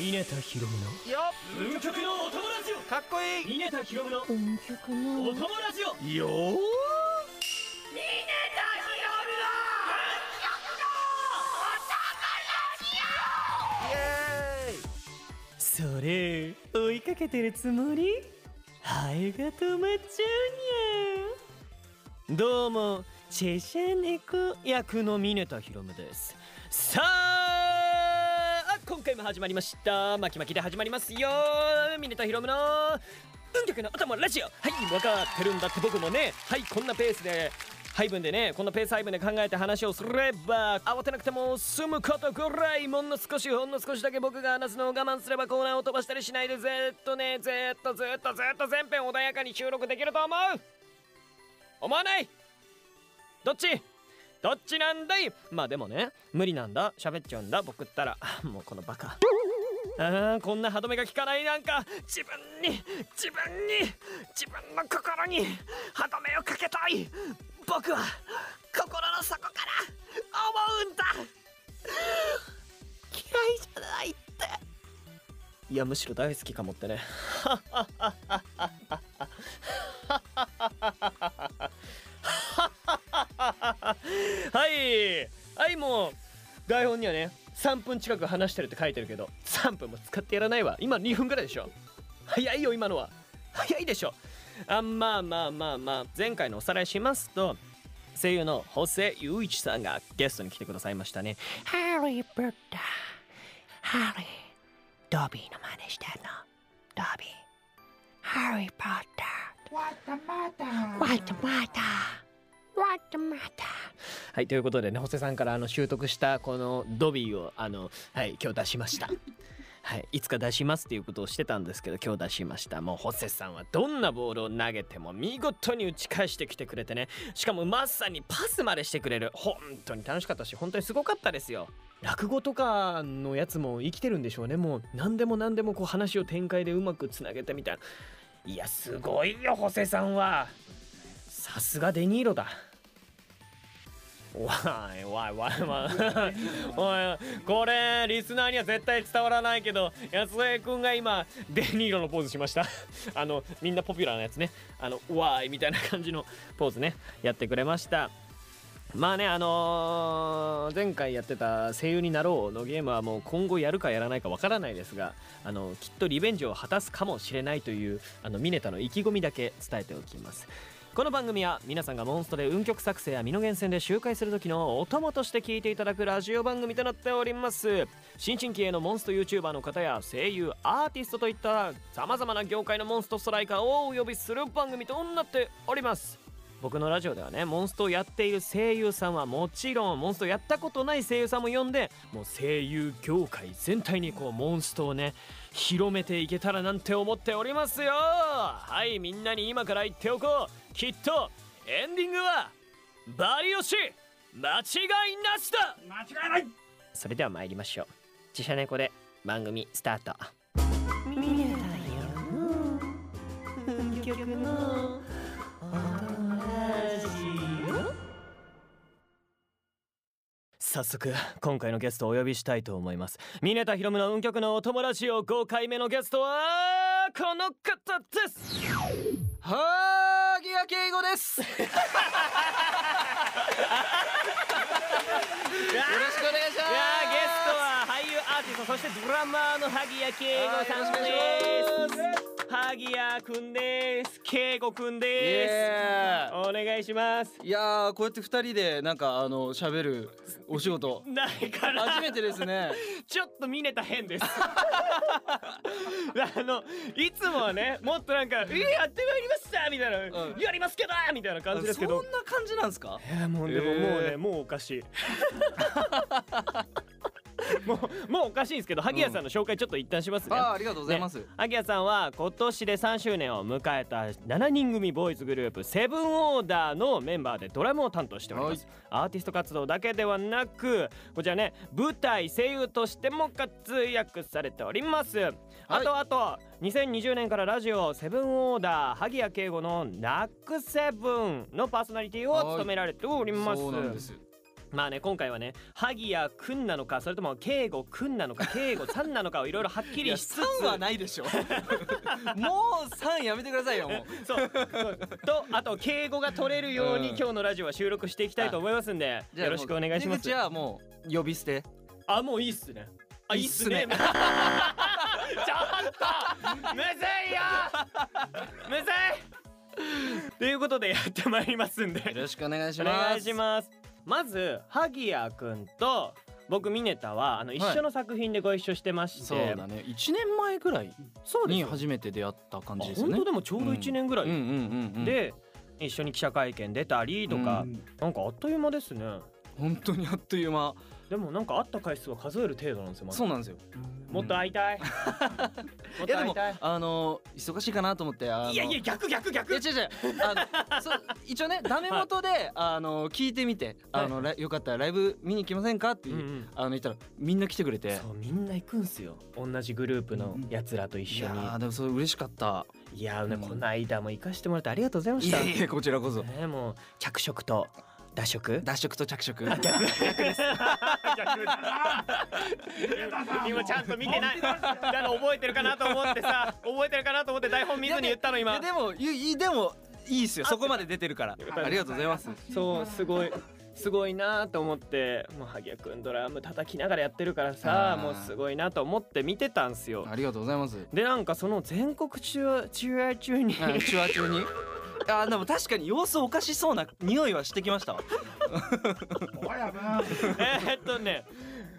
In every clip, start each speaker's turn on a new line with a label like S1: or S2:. S1: 稲田博美の
S2: よ
S1: 運極のお友達よ
S2: っかっこいい
S1: 稲田博美の
S3: 運極の
S1: お友達よ
S2: よーイエーイ
S1: それ追いかけてるつもりハエが止まっちゃうにゃどうもチェシャ猫役のミネタヒロムですさあ今回も始まりました巻き巻きで始まりますよミネタヒロムの運極のお供ラジオはい分かってるんだって僕もねはいこんなペースで配分でねこんなペース配分で考えて話をすれば慌てなくても済むことぐらいもんの少しほんの少しだけ僕が話すのを我慢すればコーナーを飛ばしたりしないでずっとねずっとずっとずっと全編穏やかに収録できると思う思わないどっちどっちなんだいまあでもね無理なんだ喋っちゃうんだ僕ったら もうこのバカあーこんな歯止めが効かないなんか自分に自分に自分の心に歯止めをかけたい僕は心の底から思うんだ嫌いじゃないっていやむしろ大好きかもってねはいはいもう台本にはね3分近く話してるって書いてるけど3分も使ってやらないわ今2分ぐらいでしょ早いよ今のは早いでしょあまあまあまあまあ前回のおさらいしますと声優の補正雄一さんがゲストに来てくださいましたねハリー・ブッダハリードビーの真似してんのドビーハリー・ポッター What the matter? What the matter? はい、ということでね、ホセさんからあの習得したこのドビーをあの、はい、今日出しました。はい、いつか出しますっていうことをしてたんですけど今日出しましたもうホセさんはどんなボールを投げても見事に打ち返してきてくれてねしかもまさにパスまでしてくれる本当に楽しかったし本当にすごかったですよ落語とかのやつも生きてるんでしょうねもう何でも何でもこう話を展開でうまくつなげてみたいないやすごいよホセさんはさすがデニーロだわいわいわいわい おいこれリスナーには絶対伝わらないけど安江くんが今デニーロのポーズしました あのみんなポピュラーなやつねあのわーいみたいな感じのポーズねやってくれましたまあねあのー前回やってた「声優になろう」のゲームはもう今後やるかやらないかわからないですがあのきっとリベンジを果たすかもしれないというあのミネタの意気込みだけ伝えておきますこの番組は皆さんがモンストで運極作成や身の源泉で周回する時のお供として聞いていただくラジオ番組となっております新進気鋭のモンスト YouTuber の方や声優アーティストといったさまざまな業界のモンストストライカーをお呼びする番組となっております僕のラジオではねモンストをやっている声優さんはもちろんモンストやったことない声優さんも呼んでもう声優業界全体にこうモンストをね広めていけたらなんて思っておりますよはいみんなに今から言っておこうきっとエンディングはバリオシ間違いなしだ
S2: 間違いない
S1: それでは参りましょう自社猫で番組スタート
S3: ミネタよ運極の
S1: 早速今回のゲストをお呼びしたいと思います峰田ひろむの運極のお友達を5回目のゲストはこの方です
S2: はーぎや敬語です。よろしくお願いしま
S1: いやーゲストは俳優アーティストそしてドラマーの萩谷圭吾さんです萩谷くんです圭吾くん
S2: す。
S1: ですお願いします
S2: いやーこうやって二人でなんかあの喋るお仕事
S1: ないから
S2: 初めてです ね。
S1: ちょっと見れた変です あのいつもはねもっとなんか「えー、やってまいりました!」みたいな「
S2: うん
S1: やりますけど!」みたいな感じですけ
S2: そ
S1: ど
S2: んな感じなんですか？
S1: いやもうでも
S2: えー
S1: もうね、もうおかしい もうもうおかしいんですけど萩谷さんの紹介ちょっと一旦しますね、
S2: あーありがとうございます。
S1: アキヤさんは今年で3周年を迎えた7人組ボーイズグループセブンオーダーのメンバーでドラムを担当しております、アーティスト活動だけではなくこちらね舞台声優としても活躍されております、あとあと2020年からラジオセブンオーダー萩谷圭吾のナックセブンのパーソナリティを務められております
S2: そうなんです。
S1: まあね今回はね萩谷くんなのかそれとも慶吾くんなのか慶吾さんなのかをい ろいろはっき
S2: いや
S1: りしつつ
S2: 3はないで しょもう3やめてください よもう
S1: そうそうとあと敬語が取れるように、
S2: うん
S1: 今日のラジオは収録していきたいと思いますんで
S2: じゃあ
S1: よろしくお願いします
S2: 出口はもう呼び捨て
S1: あもういいっすねあいいっすね
S2: いいっすね
S1: ちょっとむずいよむずいということでやってまいりますんで
S2: よろしくお願いし
S1: お
S2: ます
S1: 願いしますまず萩谷くんと僕ミネタはあの一緒の作品でご一緒してまして、
S2: そうだね1年前ぐらい
S1: そうです
S2: に
S1: よ
S2: 初めて出会った感
S1: あ
S2: じですよ
S1: 本
S2: ね
S1: 当でもちょうど1年ぐらい、
S2: うんうんうんうん
S1: で一緒に記者会見出たりとか、
S2: うん
S1: なんかあっという間ですね
S2: 本当にあっという間
S1: でもなんか会った回数は数える程度なんですよ、まだ
S2: そうなんですよ
S1: もっと会いたいもっ と
S2: いやで
S1: 会い
S2: も
S1: たい
S2: あの忙しいかなと思ってあの
S1: いやいや逆逆
S2: い
S1: 逆
S2: や違う違うあのそう一応ねダメ元で、あの聞いてみてあの、らよかったらライブ見に行きませんかって、
S1: うんうん
S2: あの言ったらみんな来てくれて
S1: そうみんな行くんすよ同じグループのやつらと一
S2: い
S1: 緒
S2: や
S1: に、
S2: ーでもそれ嬉しかった
S1: いやーね、
S2: うん
S1: こないだも行かしてもらってありがとうございま
S2: い
S1: した
S2: やいやこちらこそ
S1: ねもう着色と脱 色
S2: 脱色と着色
S1: 逆です逆だ今ちゃんと見てないだから覚えてるかなと思ってさ覚えてるかなと思って台本見ずに言ったの
S2: い
S1: 今
S2: やでもいいでもいいっすよそこまで出てるから
S1: かった
S2: ありがとうございます
S1: そうすごいすごいなと思ってもう萩谷君ドラム叩きながらやってるからさ
S2: あー
S1: もうすごいなと思って見てたんすよ
S2: ありがとうございます
S1: でなんかその全国中中愛中に
S2: うん手話中にあーでも確かに様子おかしそうな匂いはしてきましたわ
S1: えーっとね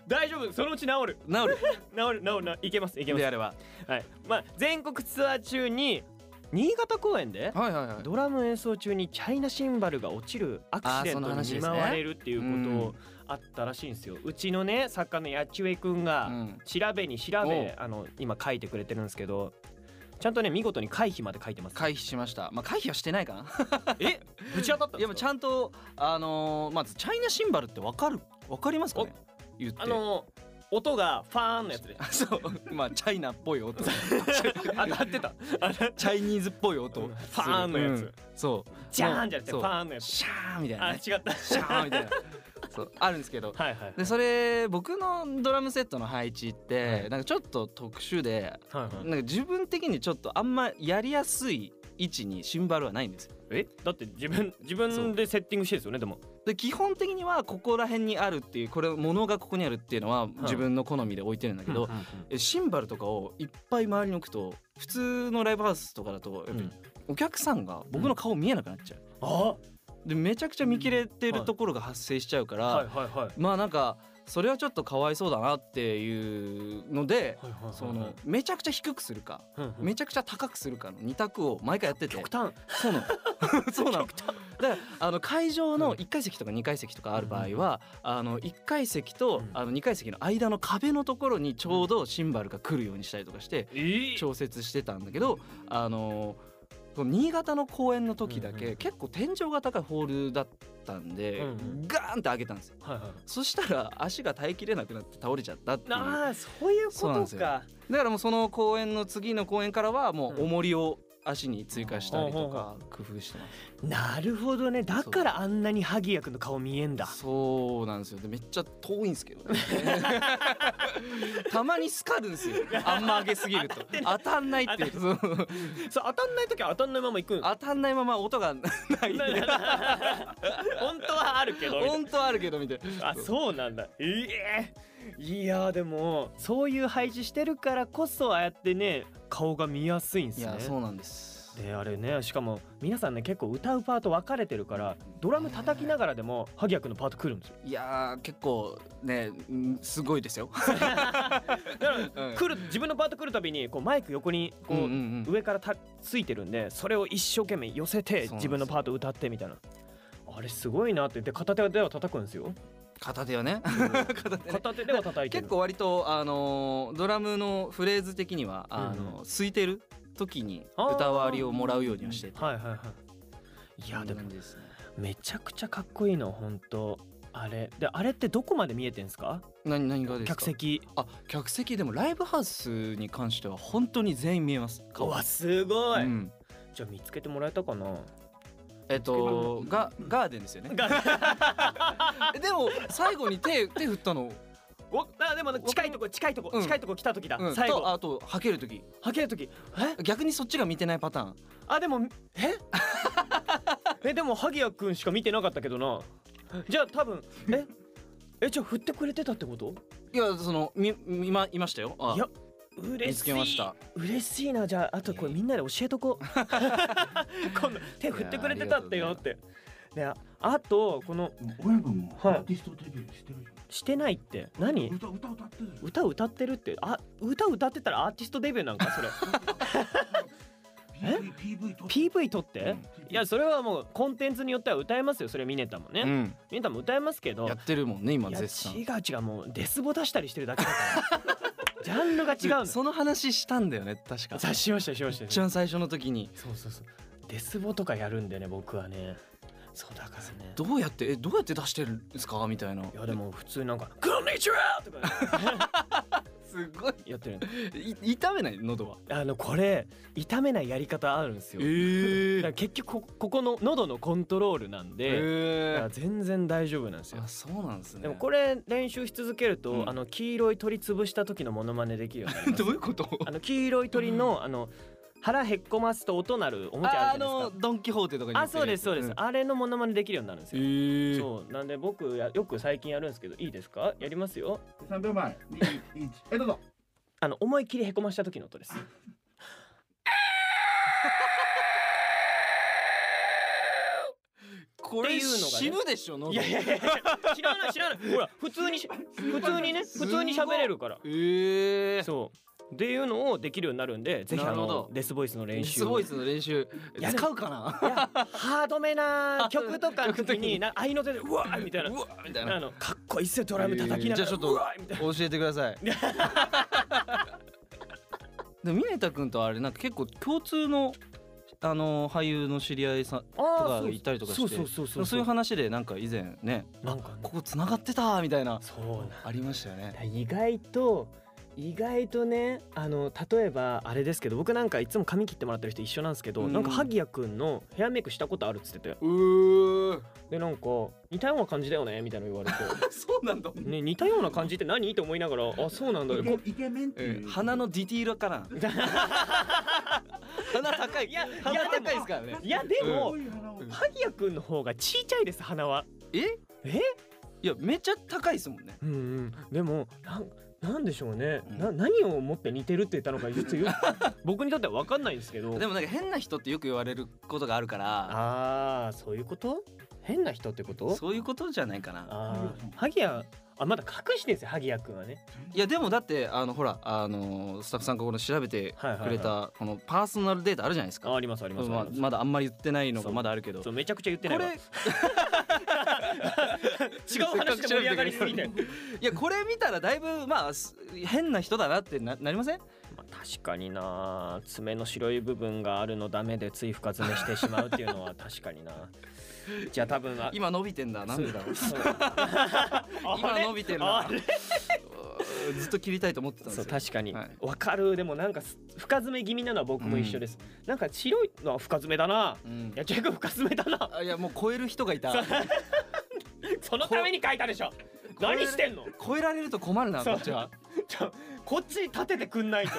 S1: 大丈夫そのうち治る
S2: なる
S1: 治る治る治るいけますいけます
S2: であれば
S1: はいまあ全国ツアー中に新潟公演で
S2: はいはいはい
S1: ドラム演奏中にチャイナシンバルが落ちるアクシデン
S2: あーその
S1: ト
S2: 話
S1: に
S2: で
S1: 見
S2: すね
S1: 舞われるっていうことをあったらしいんですよ。うちのね作家のやちうえくんが
S2: うん
S1: 調べに調
S2: お
S1: べ
S2: う
S1: あの今書いてくれてるんですけどちゃんとね見事に回避まで書いてます。
S2: 回避しましたまあ回避はしてないかな
S1: えぶち当たったん
S2: いやもう
S1: で
S2: ち
S1: すか
S2: ゃんとあのーまずチャイナシンバルってわかるわかりますかね言って
S1: あの音がファーンのやつで
S2: そうまあチャイナっぽ い音チ
S1: 当たってたあれ
S2: ャイニーズっぽい音
S1: ファーンのやつ
S2: うんそう
S1: ジャーンじゃなくて
S2: そ
S1: フ
S2: う
S1: ァーンのやつ
S2: シャーみたいな
S1: あ違
S2: ね
S1: った
S2: シャーみ たいなそうあるんですけど
S1: はいはい
S2: でそれ僕のドラムセットの配置って、
S1: はい
S2: なんかちょっと特殊で
S1: はいはい
S2: なんか自分的にちょっとあんまやりやすい位置にシンバルはないんですよ
S1: えだって自分自分でセッティングしてるんですよねでも
S2: で基本的にはここら辺にあるっていうこれ物がここにあるっていうのは自分の好みで置いてるんだけど、
S1: うんうんうん
S2: えシンバルとかをいっぱい周りに置くと普通のライブハウスとかだとやっぱりお客さんが僕の顔見えなくなっちゃう、
S1: あ
S2: でめちゃくちゃ見切れて
S1: うんは
S2: る
S1: い
S2: ところが発生しちゃうから、
S1: はいはいはい
S2: まあなんかそれはちょっとかわいそうだなっていうので、
S1: はいはいはいはい
S2: そのめちゃくちゃ低くするか、
S1: うんうん
S2: めちゃくちゃ高くするかの2択を毎回やってて
S1: 極端
S2: そ うなのそうなのだからあの会場の1階席とか2階席とかある場合は、あの1階席と
S1: うん
S2: あの2階席の間の壁のところにちょうどシンバルが来るようにしたりとかして
S1: ええ
S2: 調節してたんだけどあのその新潟の公演の時だ
S1: うんう
S2: け結構天井が高いホールだったんで、
S1: うんうん
S2: ガーンって上げたんですよ
S1: はいはい
S2: そしたら足が耐えきれなくなって倒れちゃったっていうだか
S1: ああそういう
S2: そうなん
S1: こと
S2: です
S1: か
S2: よらもうその公演の次の公演からはも
S1: うん
S2: う重りを足に追加したりとか工夫してます
S1: なるほどねだからあんなに萩谷君の顔見えんだ
S2: そうなんですよでめっちゃ遠いんですけどね たまに好かるんですよあんま上げすぎ ると当たんないっていうそう
S1: そう当たんない時は当たんないまま行くん
S2: 当たんないまま音がない
S1: ななな本当はあるけどみたいな
S2: 本当はあるけどみたいな
S1: あそうなんだええいやーでもそういう配置してるからこそああやってね顔が見やすいんです
S2: い
S1: ね
S2: やそうなんです
S1: であれねしかも皆さんね結構歌うパート分かれてるからドラム叩きながらでも萩谷君のパート来るんですよ
S2: いやー結構ねうんすごいですよ、
S1: だから
S2: うん
S1: 来る自分のパート来るたびにこうマイク横にこう、
S2: うんうんうん
S1: 上からたついてるんでそれを一生懸命寄せて
S2: そうなんですよ
S1: 自分のパート歌ってみたいなあれすごいなって言って片手では叩くんですよ
S2: 片手はね
S1: 片手では叩いてる
S2: 結構割とあのードラムのフレーズ的にはあ
S1: うん
S2: の空いてる時に歌わりをもらうようにはしてて
S1: はいはいはいいやでも
S2: そうなんですね
S1: めちゃくちゃかっこいいの本当あれであれってどこまで見えてんすか
S2: 何何がですか
S1: 客席
S2: あ客席でもライブハウスに関しては本当に全員見えます
S1: うわすごい、
S2: うん
S1: じゃあ見つけてもらえたかな
S2: えっとガガーデンですよね。え でも最後に手手振ったの、
S1: わあでもね近いとこ近いとこ、
S2: うん
S1: 近いとこ来た時だ、
S2: うん、
S1: 最
S2: と
S1: 後
S2: あとはける時
S1: はける時え
S2: 逆にそっちが見てないパターン。
S1: あでもえ えでも萩谷君しか見てなかったけどなじゃあ多分ええじゃあ振ってくれてたってこと
S2: いやそのみ今いましたよ。あ
S1: いや嬉しい
S2: 見つけました
S1: 嬉しいなじゃああとこれみんなで教えと こう今度手振ってくれてたってよってでああとこの
S4: 親分もア
S1: はい
S4: ーティストデビューしてるよ、
S1: してないって何
S4: 歌歌歌ってるよ
S1: 歌歌ってるってあ歌歌ってたらアーティストデビューなんかそ れえ
S4: PV PV 撮って
S1: PV 撮って、
S4: うん
S1: いやそれはもうコンテンツによっては歌えますよそれはミネタもね、
S2: うん、
S1: ミネタも歌えますけど
S2: やってるもんね今
S1: いや
S2: 絶賛。
S1: 違う違うもうデスボ出したりしてるだけだから ジャンルが違うんだよ
S2: その話したんだよね確か。
S1: さしましたしました
S2: 一番最初の時に
S1: そうそうそうデスボとかやるんでね僕はねそうだからね
S2: どうやってえどうやって出してるんですかみたいな。
S1: いやでも普通になんか「こんにちは!」 とかね
S2: すごい
S1: やってるの
S2: い痛めない喉は。
S1: あのこれ痛めないやり方あるんですよ、
S2: え
S1: だから結局こここの喉のコントロールなんで、だから
S2: え
S1: 全然大丈夫なんですよ
S2: あそうなんですね。
S1: でもこれ練習し続けると、
S2: うん
S1: あの黄色い鳥潰した時のモノマネできるようになります
S2: どういうこと？
S1: あの黄色い鳥のあの腹へっこますと音鳴るおもちゃあ
S2: あ
S1: るじゃないです
S2: のドンキホーテとかに
S1: か。
S2: 売
S1: あ
S2: ってる
S1: そうですそうです、
S2: ん
S1: あれのモノマネできるようになるんですよ。
S2: ええ
S1: そうなんで僕やよく最近やるんですけどいいですかやりますよ
S4: 3秒前21えどうぞ
S1: あの思いっきりへこました時の音です
S2: こ
S1: って
S2: れ
S1: いうのがね
S2: 死ぬでしょ喉
S1: いやいやいやいや知らない知らないほら普通にし普通にね普通に喋れるから
S2: ええ
S1: そうっていうのをできるようになるんでぜひあ
S2: なるほ
S1: の
S2: ど
S1: デスボイスの練習
S2: すごいですね練習
S1: やる
S2: 使うかない
S1: やハードめな曲とかの時
S2: 曲の時
S1: に
S2: に
S1: な合いの手でうわーみたいな
S2: うわみたい
S1: あ
S2: な
S1: のかっこいいっすよドラム叩きながら、
S2: えーじゃあちょっと
S1: うわーみたいな
S2: 教えてく ださいでもミネタ君とあれなんか結構共通のあの俳優の知り合いさんと
S1: あ
S2: かがいたりとかして
S1: そうそうそうそう
S2: そういう話でなんか以前ね
S1: なんかね
S2: ここ繋がってたみたいな
S1: そうなん
S2: ありましたよね
S1: だ意外と意外とねあの例えばあれですけど僕なんかいつも髪切ってもらってる人一緒なんですけど、
S2: うん
S1: なんか萩谷くんのヘアメイクしたことあるっつってて
S2: うー
S1: でなんか似たような感じだよねみたいなの言われて
S2: そうなんだ
S1: ね似たような感じって何と思いながらあそうなんだ
S4: イケイケメンっていう、
S2: 鼻のディティールかな鼻高い
S1: いやいや
S2: 鼻高いですからね
S1: いやでも、
S4: こういう鼻を
S1: 萩谷くんの方がちいちゃいです鼻は
S2: え
S1: え
S2: いやめっちゃ高いですもんね
S1: うんうんでもなんなんでしょうね、
S2: うん
S1: な何を思って似てるって言ったのかちょっとよ 僕にとっては分かんないんですけど
S2: でもなんか変な人ってよく言われることがあるから
S1: あーそういうこと変な人ってこと
S2: そういうことじゃないかな
S1: あー萩谷あまだ隠してんですよ萩谷くんはね
S2: いやでもだってあのほらあのスタッフさんがこの調べてくれたこのパーソナルデータあるじゃないです
S1: あ
S2: か
S1: ありますあります、
S2: ま
S1: あ
S2: あ
S1: ります
S2: まだあんまり言ってないのがまだあるけど
S1: そ
S2: こ
S1: うめちゃくちゃ言ってない
S2: れ
S1: わ違う話で盛り上がりすぎて、
S2: いやこれ見たらだいぶまあす変な人だなってななりません
S1: まあ、確かにな爪の白い部分があるのダメでつい深爪してしまうっていうの は確かになじゃあ多分あ
S2: 今伸びてんだなんでだろう
S1: そう
S2: 今伸びてるな
S1: あれ
S2: う ーずっと切りたいと思ってたんです
S1: そう
S2: よ
S1: 確かにわ
S2: はい、
S1: かるでもなんかす深爪気味なのは僕も一緒です、なんか白いのは深爪だな
S2: うん
S1: いや結構深爪だな
S2: あいやもう超える人がいた
S1: そのために書いたでしょ
S2: これ
S1: 何してんの
S2: 超えられると困るな
S1: そ
S2: こ
S1: う
S2: っちは
S1: ちょこっちに立ててくん ないと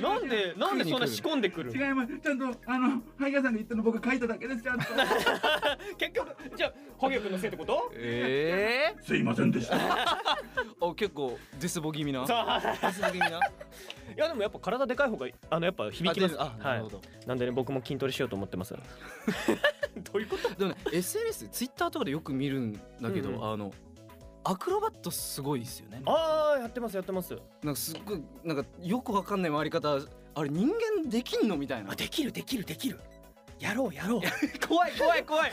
S1: なんでなんでそんな仕込んでくる
S4: 違いますちゃんとあのハイガーさんが言ったの僕書いただけですち ゃんと
S1: 結局じゃあ萩谷君のせいってこと
S2: ええ
S4: すいませんでした
S2: あ結構デスボ気味な
S1: そう
S2: デスボ気味な
S1: いやでもやっぱ体でかい方があのやっぱ 響きます
S2: あであなる
S1: は
S2: ほど、
S1: い、なんでね僕も筋トレしようと思ってます どういうこと
S2: でもね SNS ツイッターとかでよく見るんだけど、
S1: うんうん
S2: あのアクロバットすごいですよね
S1: ああやってますやってます
S2: なんかすっごいなんかよくわかんない回り方あれ人間できんのみたいな
S1: できるできるできるやろうやろう
S2: 怖い怖い 怖い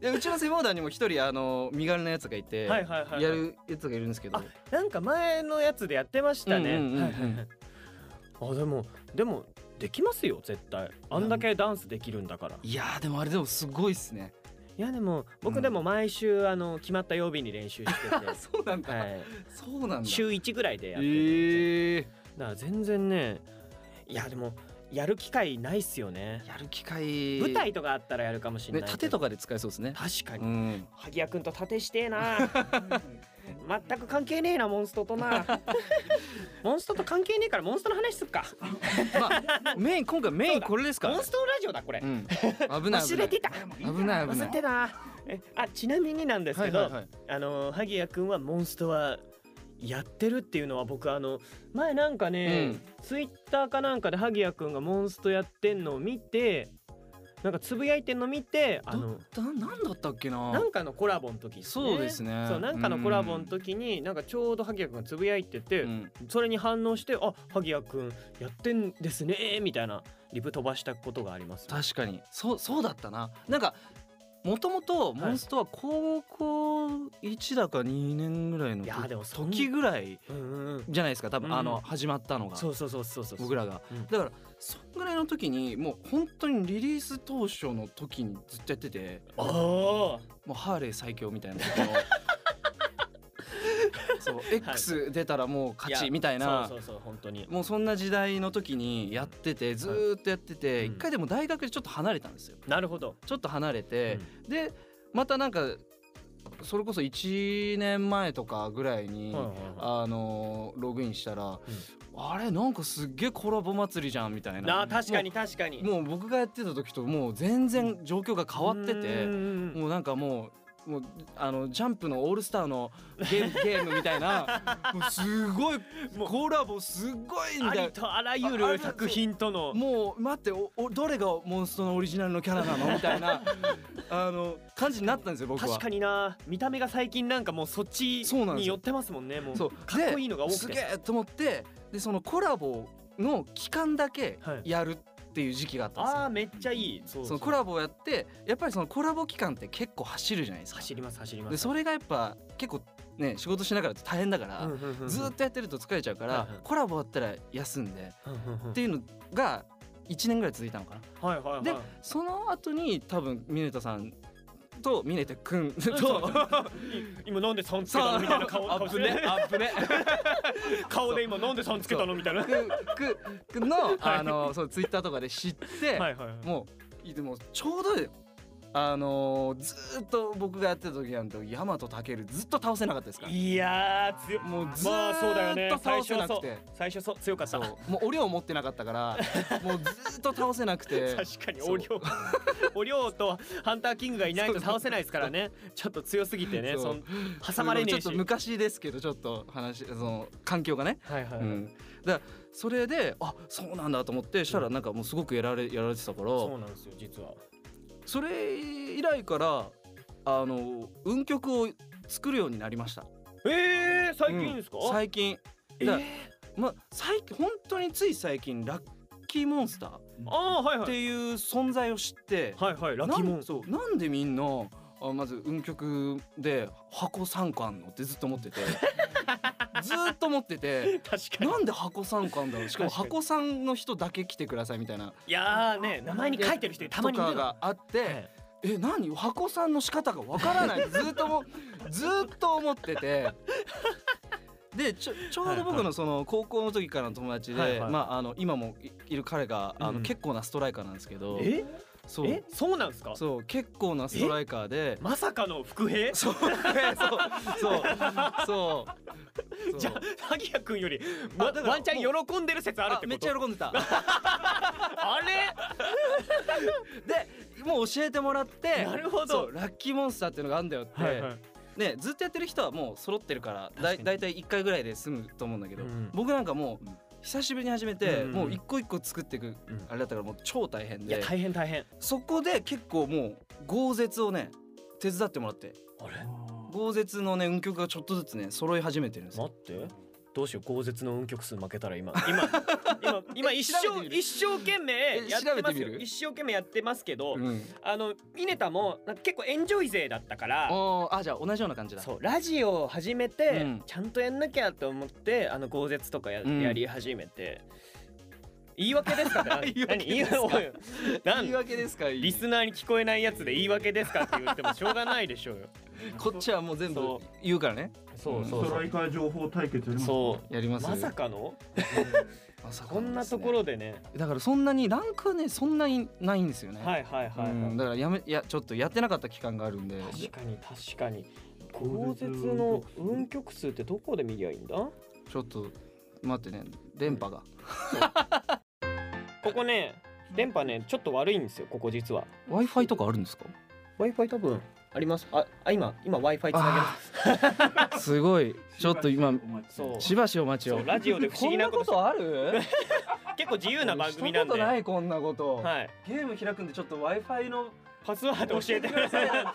S2: いやうちの専門団にも一人あの身軽なやつがいて、
S1: はいはいはいはい
S2: やるやつがいるんですけど
S1: あなんか前のやつでやってましたね。
S2: うんうんうんうん
S1: はいはいはいあでもでもできますよ絶対。あんだけダンスできるんだから。
S2: いやーでもあれでもすごいっすね
S1: いやでも僕でも毎週あの決まった曜日に練習して て。
S2: あそうなんだ、
S1: はい、
S2: そうなんだ
S1: 週1ぐらいでやってて、
S2: ええ
S1: だから全然ねいやでもやる機会ないっすよね
S2: やる機会
S1: 舞台とかあったらやるかもしれ
S2: ね
S1: ない
S2: 盾とかで使えそうですね
S1: 確か
S2: う
S1: に
S2: ん
S1: 萩谷くんと盾してえ な全く関係ねえなモンストと なモンストと関係ねえからモンストの話すっか
S2: まあメイン今回メインこれですから
S1: モンストラジオだこれ、
S2: うん危ない危
S1: 忘
S2: な
S1: れ
S2: い
S1: てた
S2: 危ない危
S1: 忘
S2: な
S1: れて
S2: い
S1: たえあちなみになんです
S2: は
S1: け
S2: い
S1: ど、
S2: はいはい
S1: あの萩谷くんはモンストはやってるっていうのは僕あの前なんかね、ツイッターかなんかで萩谷くんがモンストやってんのを見てなんかつぶやいてんの見てあの
S2: だなんだったっけな
S1: なんかのコラボの時っ
S2: そうですね
S1: そうなんかのコラボの時に、なんかちょうど萩谷くんがつぶやいてて、
S2: うん
S1: それに反応して「あ萩谷くんやってんですね」みたいなリプ飛ばしたことがあります、
S2: 確かにそうそうだったななんかもともとモンストは高校1だか2年ぐらいの
S1: いやでもそん
S2: 時ぐらい
S1: うんうんうん
S2: じゃないですか多
S1: う
S2: 分
S1: ん
S2: あの始まったのが
S1: そうそうそうそうそう
S2: 僕らが
S1: うん
S2: だからそんぐらいの時にもう本当にリリース当初の時にずっとやってて
S1: ああ
S2: もうハーレー最強みたいな このそう X 出たらもう勝ちみたいな
S1: そうそうそう本当に
S2: もうそんな時代の時にやっててずーっとやってて
S1: うん
S2: 一回でも大学でちょっと離れたんですよ
S1: なるほど、
S2: ちょっと離れて
S1: うん
S2: でまたなんかそれこそ1年前とかぐらいに、
S1: はいはいは
S2: あのーログインしたら、あれなんかすっげえコラボ祭りじゃんみたい
S1: いな
S2: な
S1: 確かに確かに
S2: もうもう僕がやってた時ともう全然状況が変わって
S1: う
S2: て
S1: ん
S2: もうなんかもうもうあのジャンプの「オールスター」のゲ ームゲームみたいなもうすごい
S1: もう
S2: コラボすっごい
S1: あ
S2: んだ
S1: り
S2: よ
S1: とあらゆる作品との
S2: もう待っておおどれがモンストのオリジナルのキャラなのみたいな あの感じになったんですよ僕は。
S1: 確かにな見た目が最近なんかもうそっち
S2: そうなんです
S1: に
S2: よ
S1: 寄ってますもんねもう
S2: そう
S1: かっこいいのが多
S2: です
S1: く
S2: げ
S1: て
S2: えと思ってでそのコラボの期間だけ
S1: はい
S2: やるっていう時期があったんですよ。
S1: ああめっちゃいいそう
S2: そ
S1: そう
S2: のコラボをやってやっぱりそのコラボ期間って結構走るじゃないですか。
S1: 走ります走ります
S2: でそ
S1: れ
S2: れがやっぱ結構ね仕事しながらって大変だから、ずーっとやってると疲れちゃうから、
S1: はいはい
S2: コラボだったら休んでっていうのが1年ぐらい続いたのかな。
S1: はいはいはい
S2: でその後に多分ミネタさんとミネタくん
S1: うん そ
S2: と
S1: う 今なんでさんつけたのみたいな顔
S2: ア
S1: 顔
S2: ッ
S1: して
S2: プね
S1: る
S2: アップね
S1: 顔で今なんでさんつけたのみたいなは
S2: くくくのあのそうツイッターとかで知って、
S1: いはいはい
S2: もうでもちょうどよあのーずーっと僕がやってた時なんてヤマトタケルずっと倒せなかったですから
S1: いやー強い
S2: もうず
S1: まあそうだよね
S2: ーっと倒せなく
S1: 最初
S2: て。
S1: 最初そう強かった
S2: そうもうお量持ってなかったからもうずーっと倒せな く て
S1: 確かに
S2: そう
S1: お量お量とハンターキングがいないと倒せないですからねちょっと強すぎてね
S2: そう
S1: そん挟まれねえし
S2: ちょっと昔ですけどちょっと話その環境がね
S1: はいはい、
S2: うん、だからそれであそうなんだと思ってしたらなんかもうすごくやられやられてたから
S1: そうなんですよ実は
S2: それ以来からあの運曲を作るようになりました
S1: えー、最近ですか、
S2: うん最近
S1: え
S2: だ
S1: ー
S2: か、まあ最近本当につい最近ラッキーモンスターっ
S1: あーはいは
S2: て
S1: い
S2: いう存在を知って、
S1: はいはいラッキーモ
S2: なん
S1: ン
S2: そうなんでみんなあまず運曲で箱3巻のってずっと思ってて ずーっと思ってて
S1: 確かに
S2: なんで箱三巻だろうしかも
S1: 確か
S2: 箱さんの人だけ来てくださいみたいない
S1: やーね名前に書いてる人たま
S2: と
S1: にいる
S2: か
S1: の
S2: があって、
S1: はい
S2: え何箱さんの仕方がわか らないずっともずっと思ってて。でちょちょうど僕のその高校の時からの友達で、
S1: はいはい
S2: まあ、あの今もいいる彼があ
S1: う
S2: の、
S1: ん
S2: 結構なストライカーなんですけど
S1: え
S2: そ
S1: え
S2: う
S1: そうなんですか
S2: そう結構なストライカーで
S1: まさかの伏兵
S2: そう そうそうそうそう
S1: じゃあ萩谷君よりわ
S2: あだから
S1: ワンチャン喜んでる説あるっ
S2: あ
S1: て
S2: めっ
S1: こ
S2: ちゃ
S1: と
S2: 喜んでた
S1: あれ
S2: でもう教えてもらって
S1: なるほど
S2: そうラッキーモンスターっていうのがあるんだよって、
S1: はいはい
S2: ね、ずっとやってる人はもう揃ってるから
S1: 確
S2: だ
S1: か
S2: い
S1: に
S2: 大体1回ぐらいで済むと思うんだけど、
S1: うん
S2: 僕なんかもう
S4: うん
S2: 久しぶりに始めて、
S1: うん
S2: もう一個一個作っていく
S1: うん
S2: あれだったからもう超大変
S1: いや
S2: で
S1: 大変大変
S2: そこで結構もう豪絶をね手伝ってもらって
S1: あれ
S2: 豪絶のね運曲がちょっとずつね揃い始めてるんですよ
S1: 待ってどうしよう豪絶の運曲数負けたら 今今今今一
S2: 調
S1: 生
S2: べてみる
S1: 一生懸命
S2: え
S1: やって
S2: 調
S1: ま
S2: べ
S1: す
S2: てみ
S1: よ
S2: る
S1: 一生懸命やってますけど、
S2: うん、
S1: あのミネタもなんか結構エンジョイ勢だったから
S2: おーあじゃあ同じような感じだ
S1: そうラジオを始めて、
S2: うん
S1: ちゃんとやんなきゃと思ってあの豪絶とかや,、
S2: うん
S1: やり始めて言い訳ですかって何
S2: 言
S1: 何言い
S2: い訳ですか
S1: 訳おいなん
S2: 言い訳ですか
S1: リスナーに聞こえないやつで言い訳ですかって言ってもしょうがないでしょうよ
S2: こっちはもう全部
S1: そ
S2: 言うからね
S1: そうそ
S4: ス
S1: う
S4: ト
S1: そ
S4: ライ
S1: う
S4: カー情報対決やります
S1: そう
S2: やります
S1: まさかの
S2: まさか
S1: こんなところでね
S2: だからそんなにランクはねそんなにないんですよね
S1: はいはいはい、はい
S2: うんだからやめいやちょっとやってなかった期間があるんで
S1: 確かに確かに豪絶の運極数ってどこで見りゃいいんだこ
S2: ちょっと待ってね電波が
S1: こね電波ねちょっと悪いんですよここ実は
S2: w i f i とかあるんですか
S1: w i f i 多分ありますああ今今 w i f i つなげます
S2: あーすごいちょっと今
S1: そう
S2: しばしお待ち
S1: そ
S2: を
S1: うラジオで不思議なことして
S2: ある
S1: 結構自由な番組なんで
S2: したことないこんなこと、
S1: はい
S2: ゲーム開くんでちょっと w i f i の
S1: パスワード教えてくださ
S2: さ
S1: い
S2: いだっ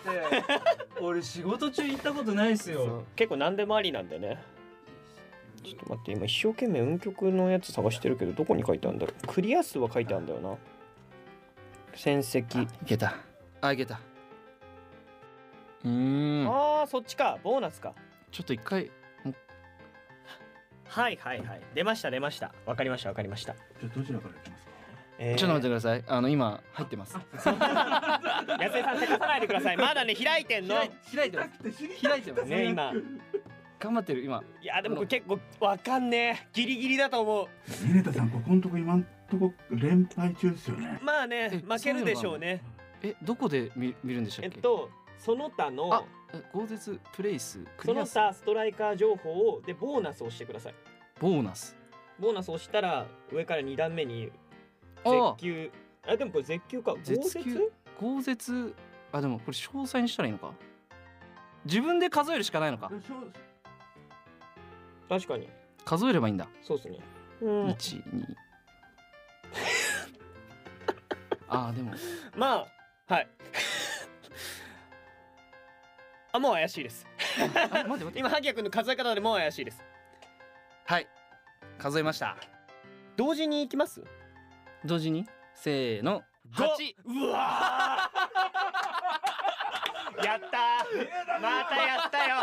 S2: て俺仕事中行ったことないですよ
S1: 結構何でもありなんでねちょっと待って今一生懸命運曲のやつ探してるけどどこに書いてあるんだろうクリア数は書いてあるんだよな戦績
S2: いけたあいけたうーん
S1: あーそっちかボーナスか
S2: ちょっと一回
S1: はいはいはい出ました出ましたわかりましたわかりました、
S4: じゃあどちらからいきますか
S1: えー
S2: ちょっと待ってくださいあの今入ってます
S1: 安江さんせかさないでください まだね開いてんの
S2: 開い開いてま
S4: 痛くて知り
S2: す開いてます
S1: ね今
S2: 頑張ってる今
S1: いやでもこれ結構わかんねえギリギリだと思
S4: ミネタさんここのとこ今んとこ連敗中ですよね
S1: うまあね
S2: え
S1: 負けるでしょうね
S2: えどこで見見るんでした
S1: え
S2: っ
S1: っ
S2: け
S1: とその他の
S2: あえ豪絶プレイスク
S1: そ
S2: リ
S1: の
S2: ア数
S1: 他ストライカー情報をでボーナスを押してください
S2: ボーナス
S1: ボーナスを押したら上から2段目に絶
S2: あー
S1: 球あでもこれ絶球か
S2: 絶
S1: 豪雪
S2: 球豪絶あでもこれ詳細にしたらいいのか自分で数えるしかないのか
S1: 確かに
S2: 数えればいいんだ
S1: そうですねうん
S2: 12あーでも
S1: まあはい あもう怪しいです
S2: あ待って待って
S1: 今萩谷君の数え方でもう怪しいです
S2: はい数えました
S1: 同時に行きます
S2: 同時にせーの
S1: 八うわー やったーまたやったよ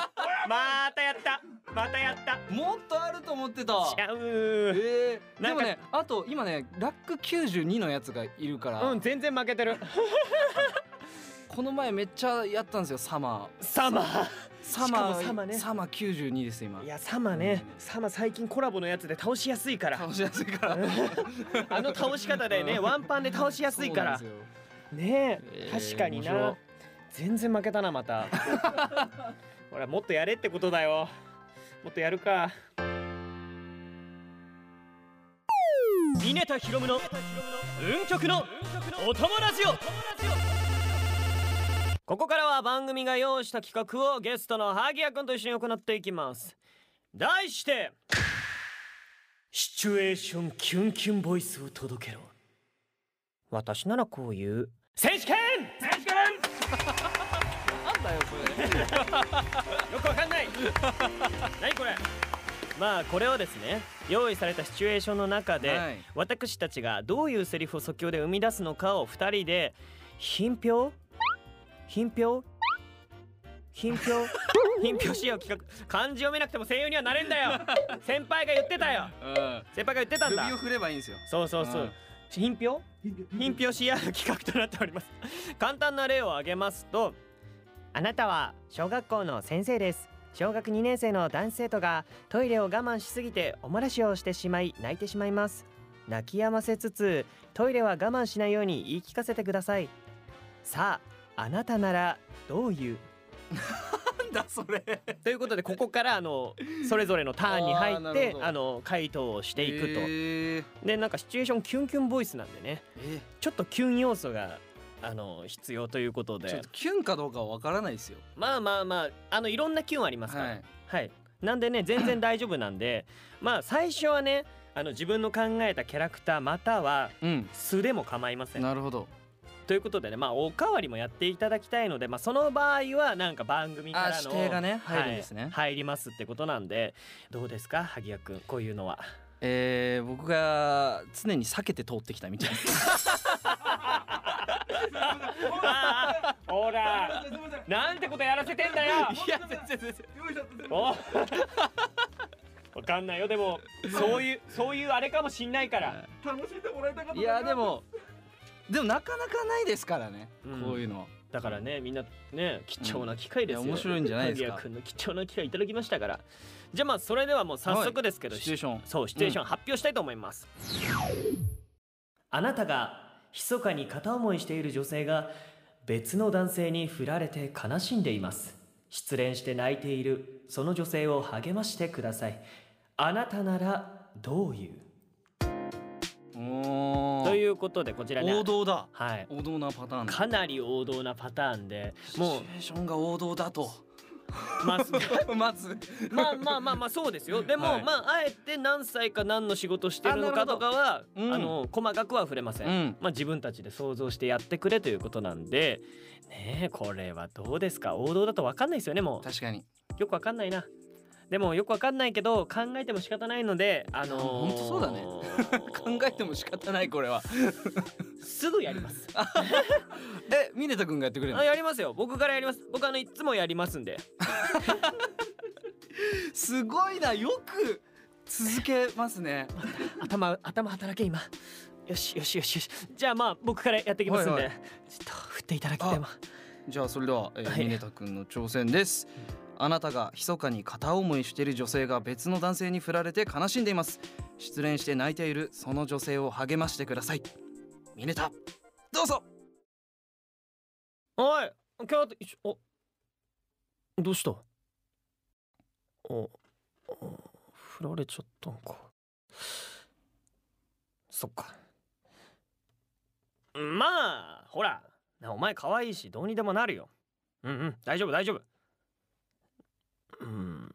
S1: またやったまたやった
S2: 8もっとあると思ってた
S1: ちゃうー
S2: えー、で
S1: なん
S2: も
S1: か
S2: ねあと今ねラック92のやつがいるから、
S1: うん全然負けてる
S2: この前めっちゃやったんですよサマー
S1: サマー
S2: サ
S1: し
S2: マ
S1: かも
S2: ー
S1: サマね
S2: サマー92です今
S1: いやサマね、サマ最近コラボのやつで倒しやすいから
S2: 楽しやすい から
S1: あの倒し方でね
S2: うん
S1: ワンパンで倒しやすいから
S2: そうなんですよ
S1: ね
S2: え
S1: え
S2: ー
S1: 確かに
S2: 面白
S1: ない全然負けたなま たほらもっとやれってことだよもっとやるかミネタヒロムの運極のお友ラジオここからは番組が用意した企画をゲストの萩谷君と一緒に行っていきます題してシチュエーションキュンキュンボイスを届けろ私ならこう言う選手権選手権
S2: なんだよそれ
S1: よくわかんない何これまあこれはですね用意されたシチュエーションの中で、
S2: はい
S1: 私たちがどういうセリフを即興で生み出すのかを2人で品評品評品評品評しよう企画漢字読めなくても声優にはなれん だよ先輩が言ってたよ先輩が言ってたんだ
S2: 首を振ればいいんですよ
S1: そうそうそう、
S2: うん
S1: 品評品評し合う企画となっており ます簡単な例を挙げますとあなたは小学校の先生です小学2年生の男子生徒がトイレを我慢しすぎてお漏らしをしてしまい泣いてしまいます泣き止ませつつトイレは我慢しないように言い聞かせてくださいさああなたならどういう
S2: なんだそれ
S1: ということでここからあのそれぞれのターンに入
S2: あーな
S1: っ
S2: る
S1: て
S2: ほど
S1: あの回答をしていくと、
S2: えー
S1: でなんかシチュエーションキュンキュンボイスなんでね
S2: え
S1: ちょっとキュン要素があの必要ということ
S2: ーちょ
S1: で
S2: っとキュンかどうかはわからないですよ
S1: まあまあまああのいろんなキュンありますから
S2: は
S1: はいい、なんでね全然大丈夫なんでまあ最初はねあの自分の考えたキャラクターまたは
S2: うん
S1: 素でも構いません
S2: なるほど
S1: ということでねまあおかわりもやっていただきたいので、まあ、その場合はなんか番組から
S2: あ
S1: の
S2: 指定がね
S1: はい
S2: 入るんですね、
S1: 入りますってことなんでどうですか萩谷君こういうのは
S2: えー、僕が常に避けて通ってきたみたいな
S1: ああ ほら
S4: すみません
S1: なんてことやらせてんだよ
S2: いや全然全然
S4: 用意しちゃった
S1: おわかんないよでもそういうそういうあれかもしんないから
S4: 楽しんでもらえたかった
S2: いやでもでもなかなかないですからね、
S1: うん
S2: こういうの
S1: だからねみんなね貴重な機会ですよ、
S2: いや面白いんじゃないですか
S1: 神谷君の貴重な機会いただきましたからじゃあまあそれではもう早速ですけど、
S2: シチュエーション
S1: そうシチュエーション発表したいと思います、あなたが密かに片思いしている女性が別の男性に振られて悲しんでいます失恋して泣いているその女性を励ましてくださいあなたならどういう
S2: お
S1: と
S2: ー
S1: いうことでこちらね
S2: 王道だ
S1: はい
S2: 王道なパターンだ
S1: かなり王道なパターンでも
S2: シチュエーションが王道だと
S1: う まあ
S2: まず
S1: まあまあまあまあそうですよでも、
S2: はい
S1: まああえて何歳か何の仕事してるのかとかはあ、
S2: なるほどうん
S1: の細かくは触れません、
S2: うん
S1: まあ自分たちで想像してやってくれということなんでねえこれはどうですか王道だと分かんないですよねも
S2: 確かに
S1: うよく分かんないなでもよく分かんないけど考えても仕方ないのであのー、
S2: ほんとそう だね 考えても仕方ないこれは
S1: すぐやります
S2: えミネタ君がやってくれる
S1: あ
S2: の
S1: やりますよ僕からやります僕あのいつもやりますんです
S2: ごいなよく続けます ね
S1: 頭頭働け今よしよしよしよしじゃあまあ僕からやっていきますんで、
S2: はいは
S1: ちょっと振っていただきたいま
S2: じゃあそれでは、えー
S1: はい
S2: ミネタ君の挑戦ですあなたが密かに片思いしている女性が別の男性に振られて悲しんでいます失恋して泣いているその女性を励ましてくださいミネタどうぞ
S1: おい今日一緒おどうしたおお振られちゃったんかそっかまあほらなお前可愛いしどうにでもなるようんうん大丈夫大丈夫うん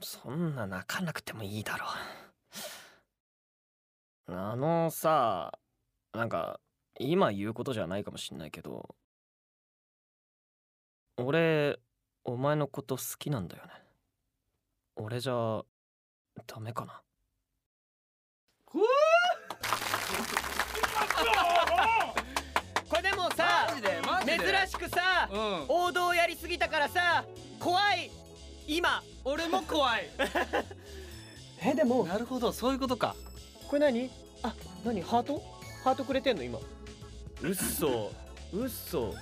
S1: そんな泣かなくてもいいだろうあのさなんか今言うことじゃないかもしんないけど俺お前のこと好きなんだよね俺じゃダメかな これでもさ
S2: マジでマジで
S1: 珍しくさ
S2: うん
S1: 王道をやりすぎたからさ怖い今
S2: 俺も怖い
S1: えでも
S2: なるほどそういうことか
S1: これ何あ何ハートハートくれてんの今うっそうっ そ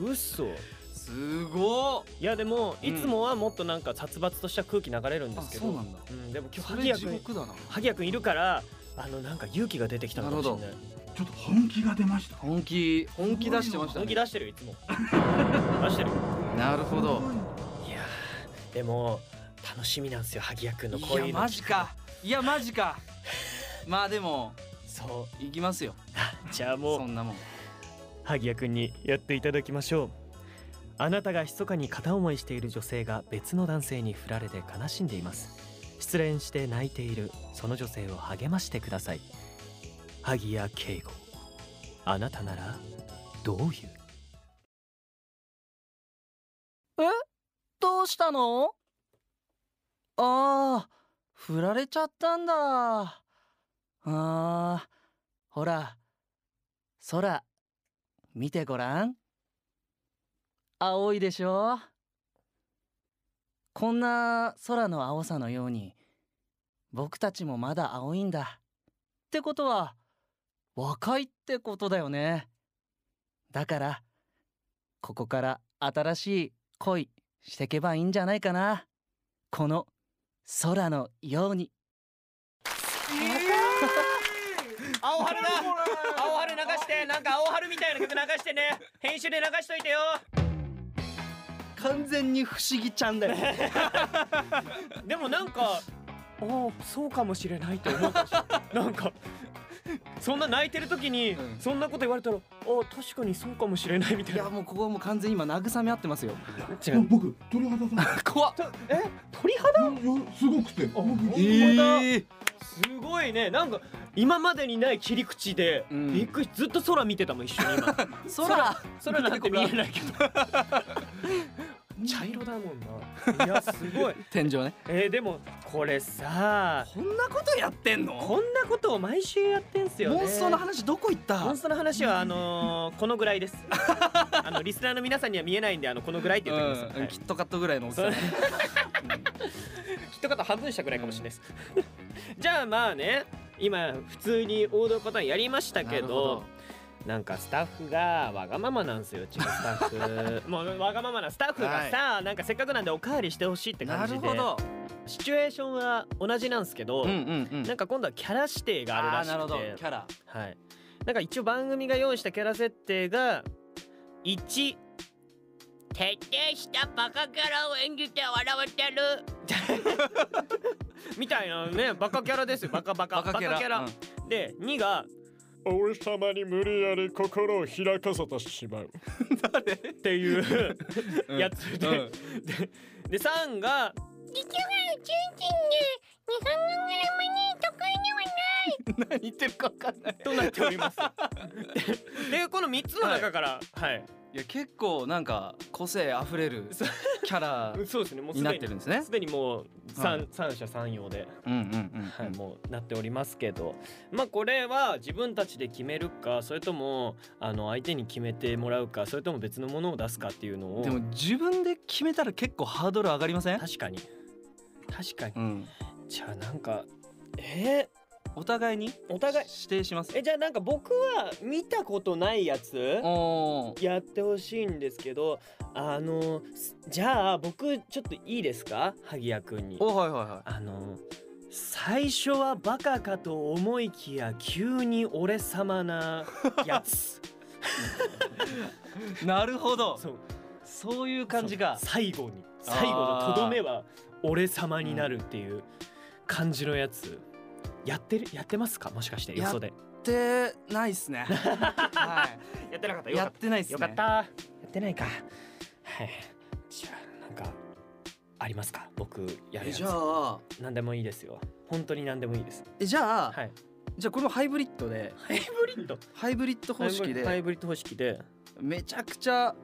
S1: うっそ
S2: すごっ
S1: いやでも
S2: うん
S1: いつもはもっとなんか殺伐とした空気流れるんですけど
S2: あそうなんだ
S1: うんでも今日
S2: そ
S1: 萩
S2: れ
S1: 谷
S2: 地
S1: 君
S2: 獄だな
S1: 萩谷君いるからあのなんか勇気が出てきたのかもしれ
S2: な
S1: ない
S4: ちょっと本気が出ました
S2: 本気本気出してました
S1: 本
S2: ね
S1: 気出してるよい つも出してる
S2: なるほど
S1: いやーでも楽しみなんですよ萩谷君のこういうの
S2: いやマジか いやマジかまあでも
S1: そ
S2: 行きますよ
S1: う じゃあもう
S2: そんなもん
S1: 萩谷君にやっていただきましょうあなたが密かに片思いしている女性が別の男性に振られて悲しんでいます失恋して泣いているその女性を励ましてください萩谷圭吾あなたならどういう
S2: どうしたのああ振られちゃったんだあーほら空見てごらん青いでしょこんな空の青さのように僕たちもまだ青いんだってことは若いってことだよねだからここから新しい恋してけばいいんじゃないかなこの空のように
S1: 青春だ青春流してなんか青春みたいな曲流してね編集で流しといてよ
S2: 完全に不思議ちゃんだよ
S1: でもなんかおそうかもしれないって思うかもしれないなんかそんな泣いてる時に、
S2: うん
S1: そんなこと言われたらお確かにそうかもしれないみたい
S2: いや
S1: な
S2: もうここはもう完全に今慰め合ってますよ
S1: 違
S4: あ僕鳥肌さ
S2: 怖っ
S1: え鳥肌
S4: んいやすごくて僕
S1: 本当だすごいねなんか今までにない切り口で、
S2: うん
S1: びっくりずっと空見てたもん一緒に今
S2: 空
S1: 空なんて見えないけど 茶色だもんないやすごい
S2: 天井ね
S1: えー、でもこれさ
S2: こんなことやってん
S1: こんなことを毎週やってんすよね
S2: モンストの話どこ行っ
S1: モ
S2: た
S1: ンストの話はあのーこのぐらいです。あのリスナーの皆さんには見えないんであのこのぐらいって言っておきます。
S2: うん
S1: はい
S2: キットカットぐらいの大きさね
S1: きっと方半分したぐらいかもしれないですじゃあまあね今普通に王道パターンやりましたけ
S2: なるほ
S1: ど
S2: ど
S1: なんかスタッフがわがままなんですようちのスタッ フもうわがままなスタッフがさ、なんかせっかくなんでおかわりしてほしいって
S2: な
S1: 感
S2: る
S1: じで
S2: ほど
S1: シチュエーションは同じなんですけど、
S2: うんうんうん
S1: なんか今度はキャラ指定があるらしくて
S2: ーなるほどキャラ
S1: はい、なんか一応番組が用意したキャラ設定が1徹底したバカキャラを演じて笑わてる みたいなねバカキャラですよバカバカバカキャラ
S2: うん
S1: で2が
S5: 俺様に無理やり心を開かせてしまう
S1: っていう
S2: うん
S1: やつで、
S2: うん
S1: でで3が
S2: 何言ってるか分かんない
S1: となっており ますででこの3つの中からはい、
S2: いや結構なんか個性あふれるキャラ
S1: そうですねもう
S2: に
S1: す
S2: な
S1: で
S2: って
S1: に
S2: るん ですね
S1: すでにもう
S2: は
S1: 三三者三様で
S2: うんうんうん
S1: はい、もうなっておりますけどまあこれは自分たちで決めるかそれともあの相手に決めてもらうかそれとも別のものを出すかっていうのを
S2: でも自分で決めたら結構ハードル上がりません、
S1: 確かに確かに
S2: うん、
S1: じゃあなんかえ
S2: お互いに
S1: ー、お互い
S2: 指定します
S1: えじゃあなんか僕は見たことないやつ
S2: おー
S1: やってほしいんですけどあのすじゃあ僕ちょっといいですか萩谷君に
S2: おはいはいは
S1: あの最初はバカかと思いきや急に俺様なや つ
S2: いなるほど
S1: そう
S2: そういう感じが
S1: 最後に最後のとどめは俺様になるっていう感じのやつやってるやってますかもしかして
S2: や
S1: よそで
S2: ってないっすねは
S1: やってなかった
S2: いやってないっすね
S1: よかったやってないかはいじゃあなんかありますか僕やる
S2: え
S1: やつ
S2: じゃあ
S1: 何でもいいですよ本当に何でもいいです
S2: えじゃあ、
S1: はい
S2: じゃあこれもハイブリッドで
S1: ハイブリッド
S2: ハイブリッド方式
S1: ハイ
S2: で
S1: ブリッド方式で
S2: めちゃくちゃ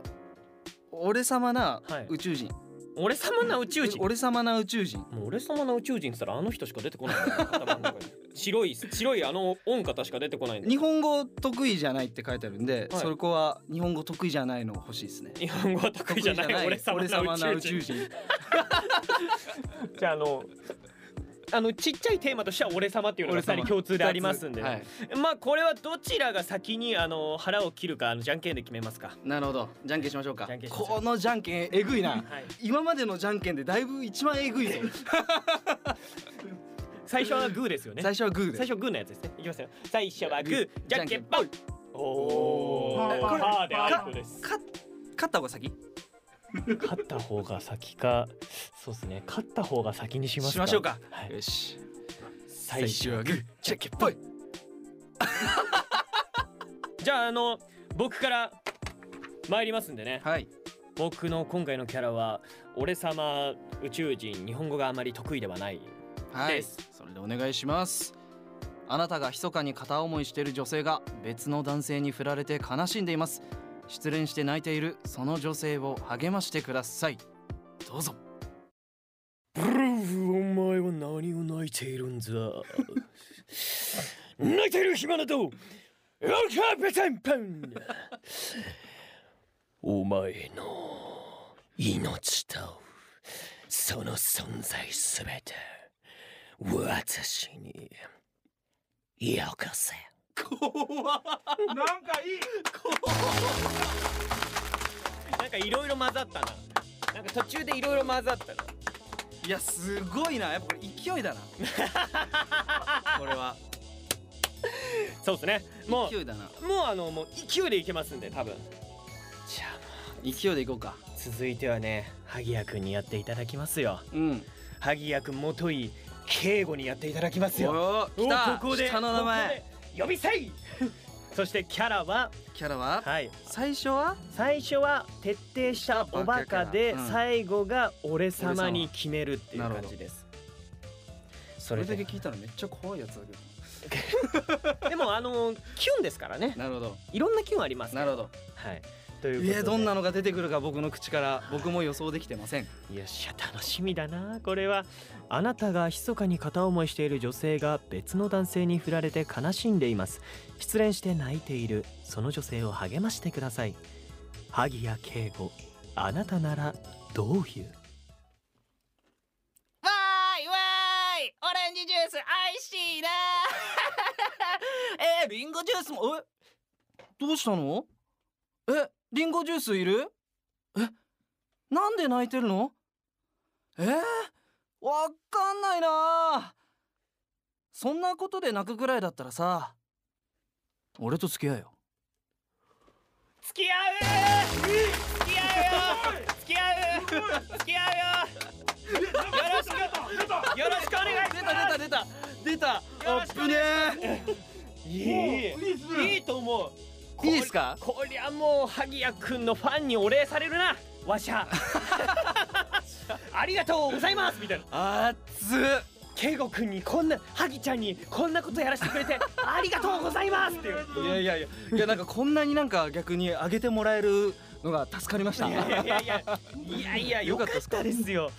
S2: 俺様な
S1: はい
S2: 宇宙人、
S1: 俺様な宇宙人
S2: 俺様な宇宙人
S1: もう俺様の宇宙人っつったらあの人しか出てこないんだよ頭の 中に白い白いあの音方しか出てこないんだよ
S2: 日本語得意じゃないって書いてあるんで、
S1: はい
S2: それこは日本語得意じゃないの欲しいですね
S1: 日本語は得意じゃない俺様な宇宙人
S2: 人
S1: じゃああのあのちっちゃいテーマとしては俺様っていうのが2人共通でありますんで、
S2: はい、
S1: まあこれはどちらが先にあの腹を切るかあのじゃんけんで決めますか
S2: なるほどじゃんけんしましょうか
S1: じゃんけんしましょう
S2: このじゃんけんえぐいな
S1: はい
S2: 今までのじゃんけんでだいぶ一番えぐいぞ
S1: 最初はグーですよね
S2: 最初はグーで
S1: 最初グーのやつですねいきますよ最初はグーじゃんけんぽんおお
S4: ー
S1: ーパーで
S4: か
S1: アウトです
S2: か勝った方が先
S1: 勝った方が先かそうですね勝った方が先にしますか
S2: しましょうか、
S1: はい
S2: よし
S1: 最初
S2: はグーじゃんけんぽい
S1: じゃああの僕から参りますんでね
S2: はい
S1: 僕の今回のキャラは俺様宇宙人日本語があまり得意ではない
S2: はい
S1: です
S2: それでお願いしますあなたが密かに片思いしている女性が別の男性に振られて悲しんでいます失恋して泣いているその女性を励ましてくださいどうぞ
S1: ブルーお前は何を泣いているんだ 泣いている暇などロカベテンパンお前の命とその存在すべて私によこせ
S4: なんかいい
S1: なんかいろいろ混ざったななんか途中でいろいろ混ざったない
S2: やすごいなやっぱこれ勢いだなこれは
S1: そうですねも
S2: 勢いだな
S1: うもうあのもう勢いでいけますんで多分じゃあ
S2: 勢いでいこうか
S1: 続いてはね萩谷君にやっていただきますよ
S2: うん
S1: 萩谷君もとい敬吾にやっていただきますよ
S2: お
S1: お
S2: お来た
S1: ここで
S2: 下の名前
S1: ここで呼びせいそしてキャラは
S2: キャラは
S1: はい
S2: 最初は
S1: 最初は徹底したおバカで、
S2: うん
S1: 最後が俺様に決めるっていう
S2: なるほ
S1: 感
S2: ど
S1: じですそ
S2: こ
S1: れ
S2: れだ
S1: で
S2: け聞いたらめっちゃ怖いやつだけど
S1: でもあのキュンですからね
S2: なるほど
S1: いろんなキュンあります
S2: なるほど
S1: はいということ
S2: い
S1: で
S2: やどんなのが出てくるか僕の口から僕も予想できてません
S1: よっしゃ楽しみだなこれはあなたが密かに片思いしている女性が別の男性に振られて悲しんでいます失恋して泣いているその女性を励ましてください萩谷圭吾あなたならどういう
S6: ジュース愛しいな
S2: えー、リンゴジュースもえどうしたのえリンゴジュースいるえなんで泣いてるのえー、わかんないなそんなことで泣くぐらいだったらさ俺と付き合えよ
S1: 付き合う付き合うよ付き合う付き合うよよろしくよろしくお願いし
S2: 出
S1: ま
S2: た出た出た出たあっぶね
S1: すいい
S4: プリズ
S1: いいと思う
S2: えいいですか
S1: こりゃもう萩谷くんのファンにお礼されるなわし ゃありがとうございますみたいな
S2: あっつ
S1: 圭吾くんにこんな萩ちゃんにこんなことやらせてくれてありがとうございますっていう
S2: いやいやいやいやなんかこんなになんか逆にあげてもらえるのが助かりました
S1: いやいやいやいやいやよかったですよ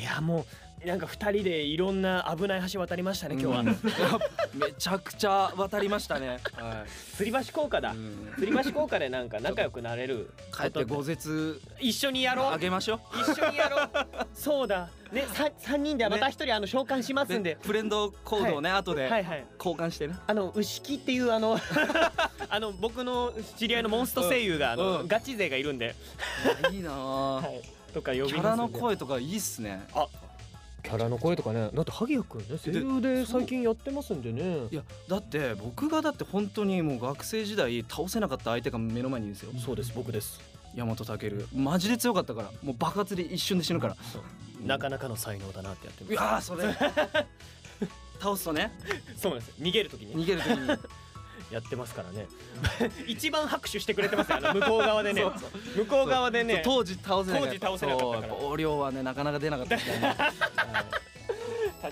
S1: いやもうなんか二人でいろんな危ない橋渡りましたね今日は、
S2: うん めちゃくちゃ渡りましたね、は
S1: 吊り橋効果だ、
S2: いうん
S1: 吊り橋効果でなんか仲良くなれる
S2: 帰っ
S1: こ
S2: て
S1: と
S2: 豪絶
S1: 一緒にやろ
S2: あ
S1: う
S2: げましょ
S1: 一緒にやろうそうだねさ三人でまた一人あの召喚しま
S2: う
S1: すんで、
S2: フレンドコードをね、後で
S1: はいはい
S2: 交換してね
S1: あの牛木っていうあの あの僕の知り合いのモンスト声優があの、
S2: うん
S1: ガチ勢がいるんで、
S2: いいな
S1: は
S2: あ
S1: い、とか呼びます
S2: キャラの声とかいいっすね
S1: キャラの声とかねだって萩谷君ね声優で最近やってますんでね
S2: いやだって僕がだって本当にもう学生時代倒せなかった相手が目の前にいるんですよ
S1: そうです僕です
S2: 大和健マジで強かったからもう爆発で一瞬で死ぬから
S1: なかなかの才能だなってやって
S2: い
S1: ま
S2: やーそれ 倒すとね
S1: すそうなんです逃げる時に
S2: 逃げる時に
S1: やってますからね 一番拍手してくれてますよあの向こう側で ね向こう側でね
S2: 当時倒せなかった
S1: 当時倒せなかったから
S2: そうやぱ横領はねなかなか出なかったですからねはい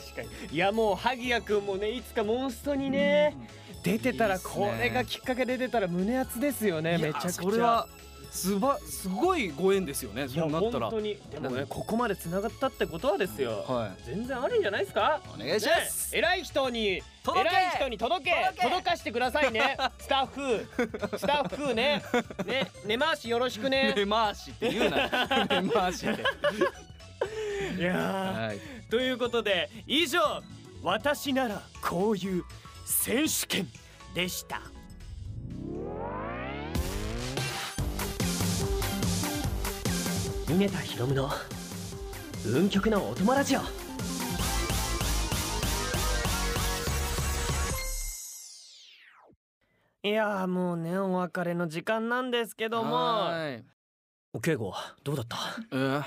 S1: 確かにいやもう萩谷君もねいつかモンストにね出てた
S2: いい
S1: ら
S2: っす
S1: こ
S2: ね
S1: れがきっかけで出たら胸熱ですよね
S2: いや
S1: めちゃくちゃ
S2: それはすばすごいご縁ですよ
S1: い
S2: ね
S1: や
S2: そうなったら
S1: 本
S2: は
S1: 当
S2: い
S1: にでもねここまで繋がったってことはですよ全然あるんじゃないですか
S2: お願いします、
S1: ね偉い人に
S2: 届け
S1: 偉い人に届け
S2: 届け
S1: 届かしてください ねスタッフスタッフねね根回しよろしくね
S2: 根回しって言うな 根回しって
S1: いやー
S2: はい
S1: ということで以上私ならこういう選手権でした峰田ひろむの運極のお友達よいやーもうねお別れの時間なんですけど
S2: は
S1: も
S2: ーい
S1: お稽古どう だった
S2: えー、む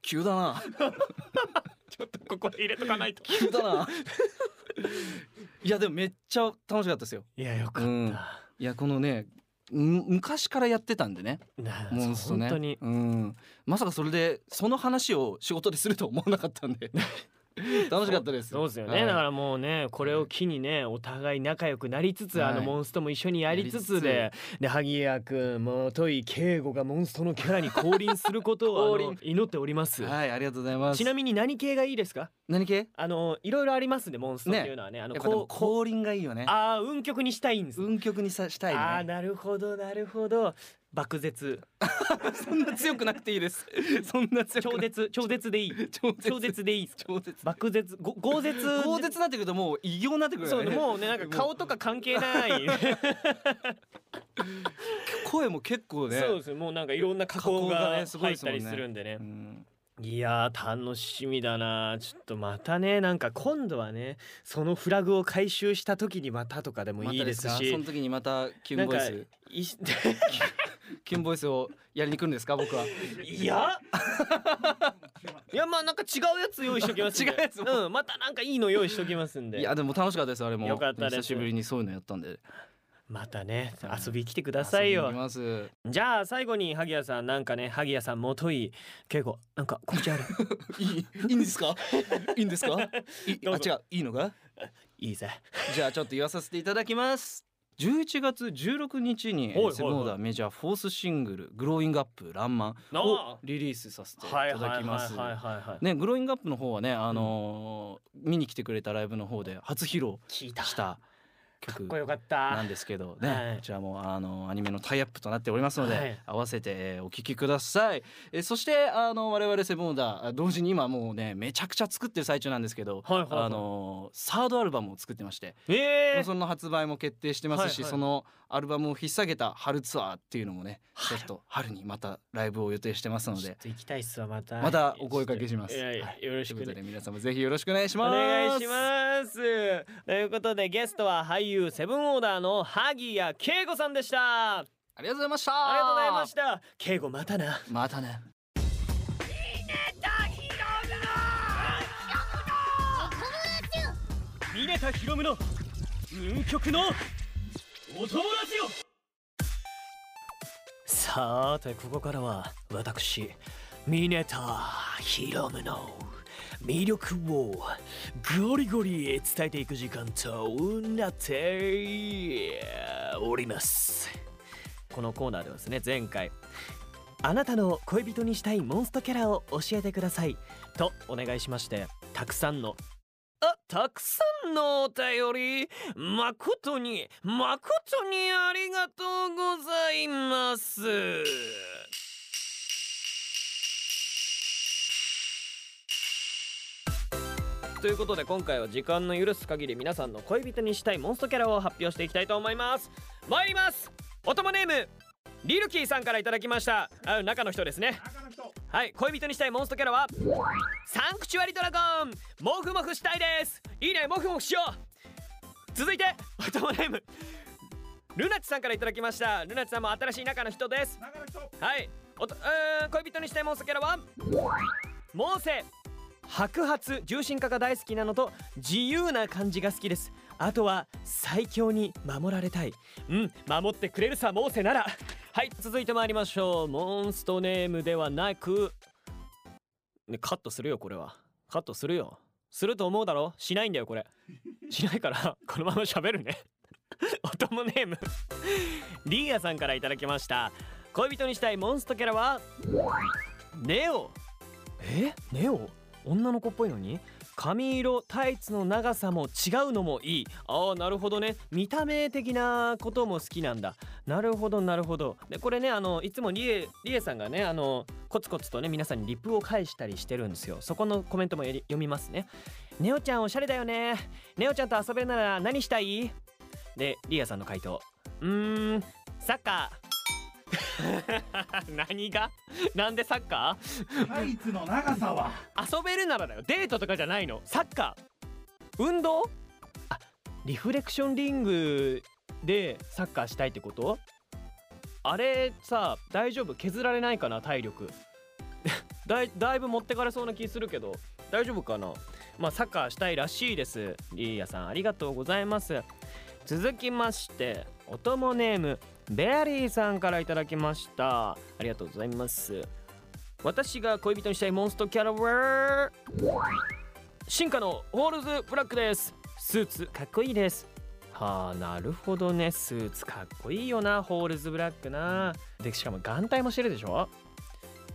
S2: 急だな
S1: ここで入れとかないと
S2: 急だないやでもめっちゃ楽しかったですよ
S1: いやよかっ
S2: うん
S1: た、
S2: いやこのねむ昔からやってたんでね
S1: なあ
S2: モンストね
S1: 本当に
S2: うん、まさかそれでその話を仕事ですると思わなかった んで楽しかったです
S1: そうですよね、
S2: はい
S1: だからもうねこれを機にねお互い仲良くなりつつ、
S2: はい
S1: あのモンストも一緒にやりつつで
S2: や
S1: で萩谷君もとい圭吾がモンストのキャラに降臨することを
S2: 降
S1: あ
S2: 臨
S1: の祈っております、
S2: はい、ありがとうございます。
S1: ちなみに何系がいいですか
S2: 何系？
S1: あのいろいろありますねモンストっていうのはねあの
S2: やっぱでも
S1: こうこ
S2: 降臨がいいよね
S1: う。あー運曲にしたいんです、
S2: 運曲にさしたい
S1: ああ
S2: ね。
S1: なるほどなるほど爆 絶
S2: そんな強くなくていいです。 そんな強
S1: 超
S2: くなく
S1: 絶超絶でいい
S2: 超絶
S1: 超絶でいい
S2: 超絶
S1: 爆絶ご豪絶
S2: 超絶になってくるともう異形になってくる
S1: そ
S2: よ
S1: う
S2: ね。
S1: ねもうねなんか顔とか関係 ない
S2: 声も結構ね。
S1: そうですねもうなんかいろんな加工
S2: 加工
S1: が
S2: が
S1: 入
S2: ねすごいで
S1: っ
S2: す
S1: た
S2: もんね
S1: りするんでね
S2: うん
S1: いやー楽しみだなちょっとまたねなんか今度はねそのフラグを回収した時にまたとかでもいいです
S2: またか
S1: し、
S2: その時にまたキュ
S1: な
S2: ン
S1: ん
S2: ボイ
S1: か
S2: ス、
S1: いし
S2: キュンボイスをやりに来るんですか僕は。
S1: いやいやまあなんか違うやつ用意しときますんで
S2: 違うやつも
S1: うんまたなんかいいの用意しときますんで
S2: いやでも楽しかったですあれも。
S1: よかったです
S2: 久しぶりにそういうのやったんで。
S1: またね遊びに来てください
S2: 遊び
S1: よ
S2: に行きます。
S1: じゃあ最後に萩谷さんなんかね萩谷さんもとい稽古なんか告 知ある
S2: いいいいんですか？いいんです か？い
S1: どうぞ
S2: あ違ういいのか？
S1: いいぜ
S2: じゃあちょっと言わさせていただきます。11月16日に、
S1: は
S2: え
S1: いはいは
S2: ー
S1: い
S2: セブンオーダーメジャーフォースシングル「グローイングアップランマン」
S1: なあ
S2: をリリースさせていただきます。
S1: はいはいはいはいはい、
S2: ね、グローイングアップの方はね、あのー見に来てくれたライブの方で初披露
S1: 聞いた
S2: した
S1: かっ
S2: 曲
S1: こよかった
S2: なんですけどね、
S1: はい
S2: こちらもあのアニメのタイアップとなっておりますので、
S1: はい
S2: 合わせてえーお聴きください、えーそしてあの我々セブンオーダーあ同時に今もうねめちゃくちゃ作ってる最中なんですけど、
S1: はいはいはい
S2: あのサードアルバムを作ってまして、
S1: ええ
S2: その発売も決定してます
S1: は
S2: し、
S1: いはい
S2: そのアルバムを引っ提げた春ツアーっていうのもねちょっと春にまたライブを予定してますの
S1: ちょっ
S2: で
S1: と行きたいっすわまた
S2: またお声掛けします
S1: いやいや
S2: はい
S1: よろし
S2: とい
S1: く
S2: うこ
S1: ね
S2: とで皆様ぜひよろしくお願いします
S1: お願いしますということでゲストは俳優セブンオーダーの萩谷圭吾さんでしたあ
S2: ありがとうございました
S1: りがとうございました圭吾またな
S2: またね
S1: ミネタヒロムの運極のお友達よさーてここからは私ミネタヒロムの魅力をゴリゴリ伝えていく時間となっておりますこのコーナーではですね前回あなたの恋人にしたいモンストキャラを教えてくださいとお願いしましてたくさんのあたくさんのお便り誠に誠にありがとうございますということで今回は時間の許す限り皆さんの恋人にしたいモンストキャラを発表していきたいと思います参りますおともネームリルキーさんからいただきましたあ中の人ですね
S4: 中の人
S1: はい恋人にしたいモンストキャラはサンクチュアリドラゴンモフモフしたいですいいねモフモフしよう続いてお友ネームルナチさんからいただきましたルナチさんも新しい仲の人です
S4: 中の人
S1: はいおとうーん恋人にしたいモンストキャラはモーセ白髪重心化が大好きなのと自由な感じが好きですあとは最強に守られたいうん守ってくれるさモーセならはい続いてまいりましょうモンストネームではなくねカットするよこれはカットするよすると思うだろしないんだよこれしないからこのまま喋るね おともネームリーヤさんからいただきました恋人にしたいモンストキャラはネオえネオ女の子っぽいのに髪色タイツの長さも違うのもいいああなるほどね見た目的なことも好きなんだなるほどなるほどでこれねあのいつもリエリエさんがねあのコツコツとね皆さんにリプを返したりしてるんですよそこのコメントもやり読みますねネオちゃんおしゃれだよねネオちゃんと遊べるなら何したいでリアさんの回答うーんサッカー 何がなんでサッカー
S4: タイツの長さは
S1: 遊べるならだよデートとかじゃないのサッカー運動あリフレクションリングでサッカーしたいってことあれさ大丈夫削られないかな体力 だいだいぶ持ってかれそうな気するけど大丈夫かなまあサッカーしたいらしいですリーヤさんありがとうございます続きましておともネームベアリーさんからいただきましたありがとうございます私が恋人にしたいモンストキャラは進化のホールズブラックですスーツかっこいいですはあなるほどねスーツかっこいいよなホールズブラックなでしかも眼帯もしてるでしょ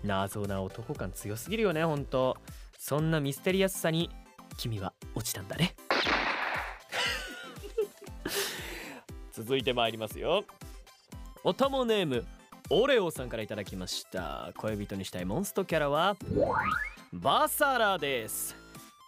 S1: 謎な男感強すぎるよねほんとそんなミステリアスさに君は落ちたんだね 続いてまいりますよおたもネームオレオさんからいただきました恋人にしたいモンストキャラはバサラです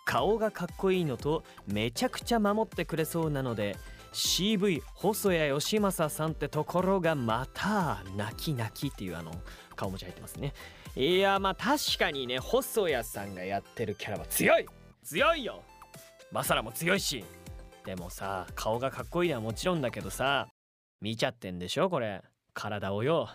S1: 顔がかっこいいのとめちゃくちゃ守ってくれそうなので CV 細谷義正さんってところがまた泣き泣きっていうあの顔文字入ってますねいやまあ確かにね細谷さんがやってるキャラは強い強いよバサラも強いしでもさ顔がかっこいいのはもちろんだけどさ見ちゃってんでしょこれ体をよ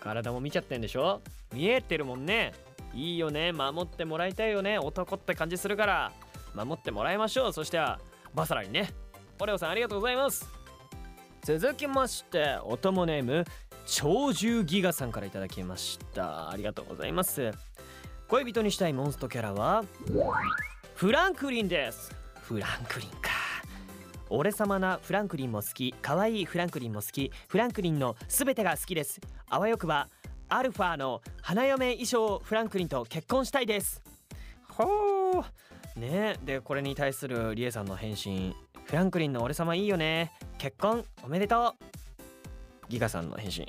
S1: 体も見ちゃってんでしょ見えてるもんねいいよね守ってもらいたいよね男って感じするから守ってもらいましょうそしてはバサラにねオレオさんありがとうございます続きましておともネーム鳥獣ギガさんからいただきましたありがとうございます恋人にしたいモンストキャラはフランクリンですフランクリンか俺様なフランクリンも好き可愛いフランクリンも好きフランクリンのすべてが好きですあわよくばアルファの花嫁衣装フランクリンと結婚したいですほうねでこれに対するリエさんの返信「フランクリンの俺様いいよね結婚おめでとう」ギガさんの返信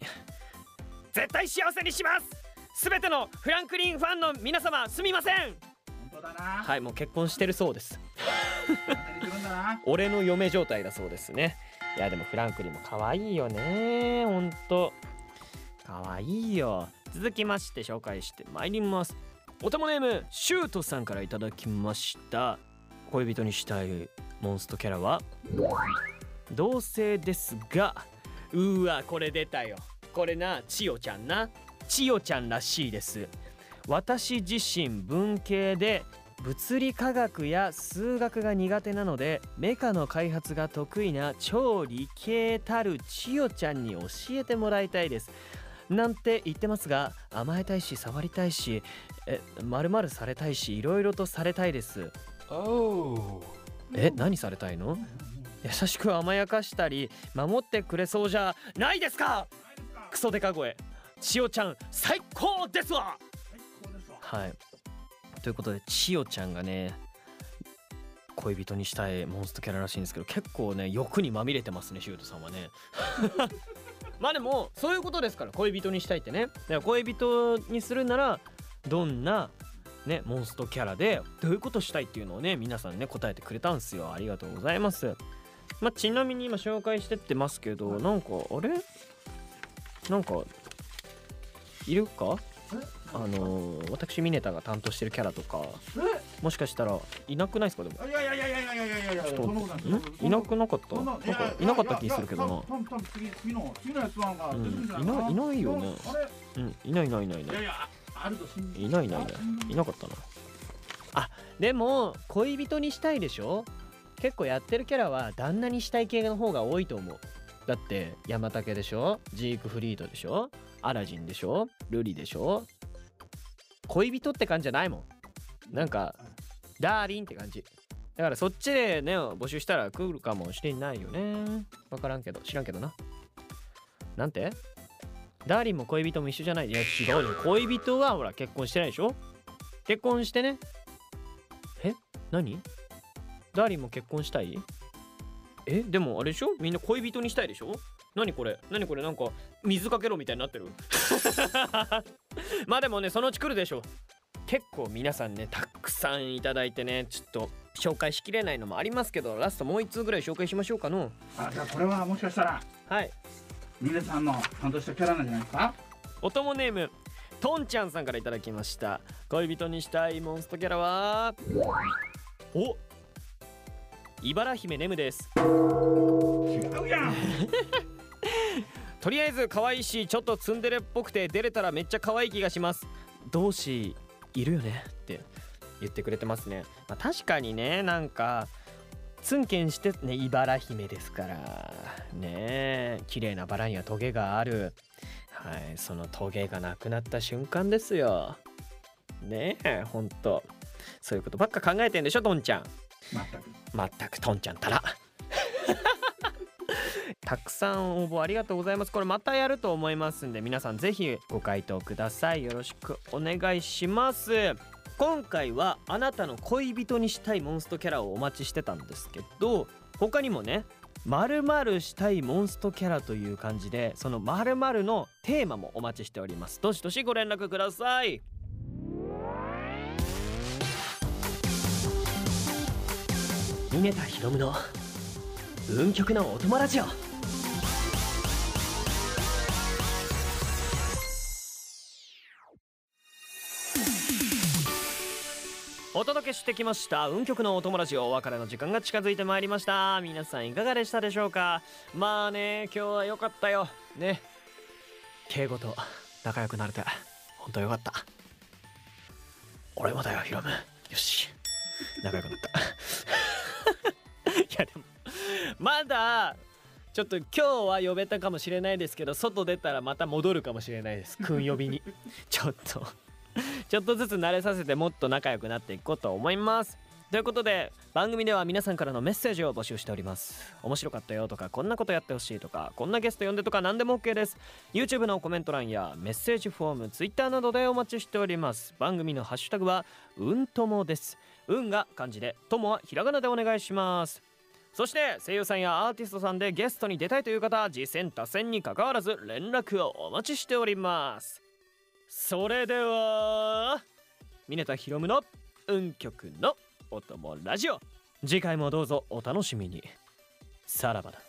S1: 「絶対幸せにしますすべてのフランクリンファンの皆様すみません!
S4: 本当だ」な
S1: はいもう結婚してるそうです
S4: また言ってくんだな
S1: 俺の嫁状態だそうですねいやでもフランクリンも可愛いよねほんと可愛いよ続きまして紹介してまいりますおたもネームシュートさんからいただきました恋人にしたいモンストキャラは同性ですがうーわこれ出たよこれな千代ちゃんな千代ちゃんらしいです私自身文系で物理科学や数学が苦手なのでメカの開発が得意な超理系たる千代ちゃんに教えてもらいたいですなんて言ってますが甘えたいし触りたいしえまるまるされたいしいろいろとされたいですえ何されたいの優しく甘やかしたり守ってくれそうじゃないですかクソデカ声千代ちゃん最高ですわ
S4: 最高ですわ
S1: はい。ということで、千代ちゃんがね、恋人にしたいモンストキャラらしいんですけど、結構ね、欲にまみれてますね、シュートさんはね。 まあでも、そういうことですから、恋人にしたいってね。だから恋人にするなら、どんな、ね、モンストキャラで、どういうことしたいっていうのをね、皆さんね、答えてくれたんですよ。ありがとうございます。まあ、ちなみに今紹介してってますけど、なんか、あれなんか、いるかあのー私ミネタが担当してるキャラとかもしかしたらいなくないですかでも
S4: えいやいやいやいやいやいやいやいや
S1: ちょっと
S4: そんなことない
S1: んいなくなかった
S4: そん
S1: な
S4: なん
S1: かいなかった気するけどな
S4: 多分多分次次の次のやつなんか出てくるんじゃ
S1: うんいないいないよね
S4: あれ
S1: うんいないいないいないい
S4: い
S1: な
S4: や
S1: い
S4: いやあると信じ
S1: いないいないいないいなかったなあでも恋人にしたいでしょ結構やってるキャラは旦那にしたい系の方が多いと思うだって山竹でしょジークフリートでしょアラジンでしょルリでしょ恋人って感じじゃないもんなんかダーリンって感じだからそっちでね募集したら来るかもしれないよねわからんけど知らんけどななんてダーリンも恋人も一緒じゃないいや違うよ恋人はほら結婚してないでしょ結婚してねえ何ダーリンも結婚したいえでもあれでしょみんな恋人にしたいでしょ何これ何これなんか水かけろみたいになってる まあでもねそのうち来るでしょ結構皆さんねたくさんいただいてねちょっと紹介しきれないのもありますけどラストもう1通ぐらい紹介しましょうかの
S4: あじゃあこれはもしかしたら
S1: はい
S4: ミネさんの担当したキャラなんじゃないですか
S1: おともネームとんちゃんさんからいただきました恋人にしたいモンストキャラはお茨姫ネムです
S4: 違うやん
S1: とりあえず可愛いしちょっとツンデレっぽくて出れたらめっちゃ可愛い気がします同志いるよねって言ってくれてますね、まあ、確かにねなんかツンケンしてね茨姫ですからねえ綺麗なバラにはトゲがあるはいそのトゲがなくなった瞬間ですよねえほんとそういうことばっか考えてんでしょどんちゃん
S4: まったく
S1: 全くとんちゃんたらたくさん応募ありがとうございますこれまたやると思いますんで皆さんぜひご回答くださいよろしくお願いします今回はあなたの恋人にしたいモンストキャラをお待ちしてたんですけど他にもね〇〇したいモンストキャラという感じでその〇〇のテーマもお待ちしておりますどしどしご連絡くださいミネタヒロムの運極のお友ラジオお届けしてきました運極のお友ラジオお別れの時間が近づいてまいりました皆さんいかがでしたでしょうかまあね今日は良かったよね敬語と仲良くなれて本当良かった俺もだよヒロムよし仲良くなったいやでもまだちょっと今日は呼べたかもしれないですけど外出たらまた戻るかもしれないです訓呼びに ちょっとちょっとずつ慣れさせてもっと仲良くなっていこうと思いますということで番組では皆さんからのメッセージを募集しております面白かったよとかこんなことやってほしいとかこんなゲスト呼んでとか何でも OK です YouTube のコメント欄やメッセージフォーム Twitter などでお待ちしております番組のハッシュタグはうんともですうんが漢字でともはひらがなでお願いしますそして声優さんやアーティストさんでゲストに出たいという方次戦打線に関わらず連絡をお待ちしておりますそれでは峰田ひろむの運極のお供ラジオ次回もどうぞお楽しみにさらばだ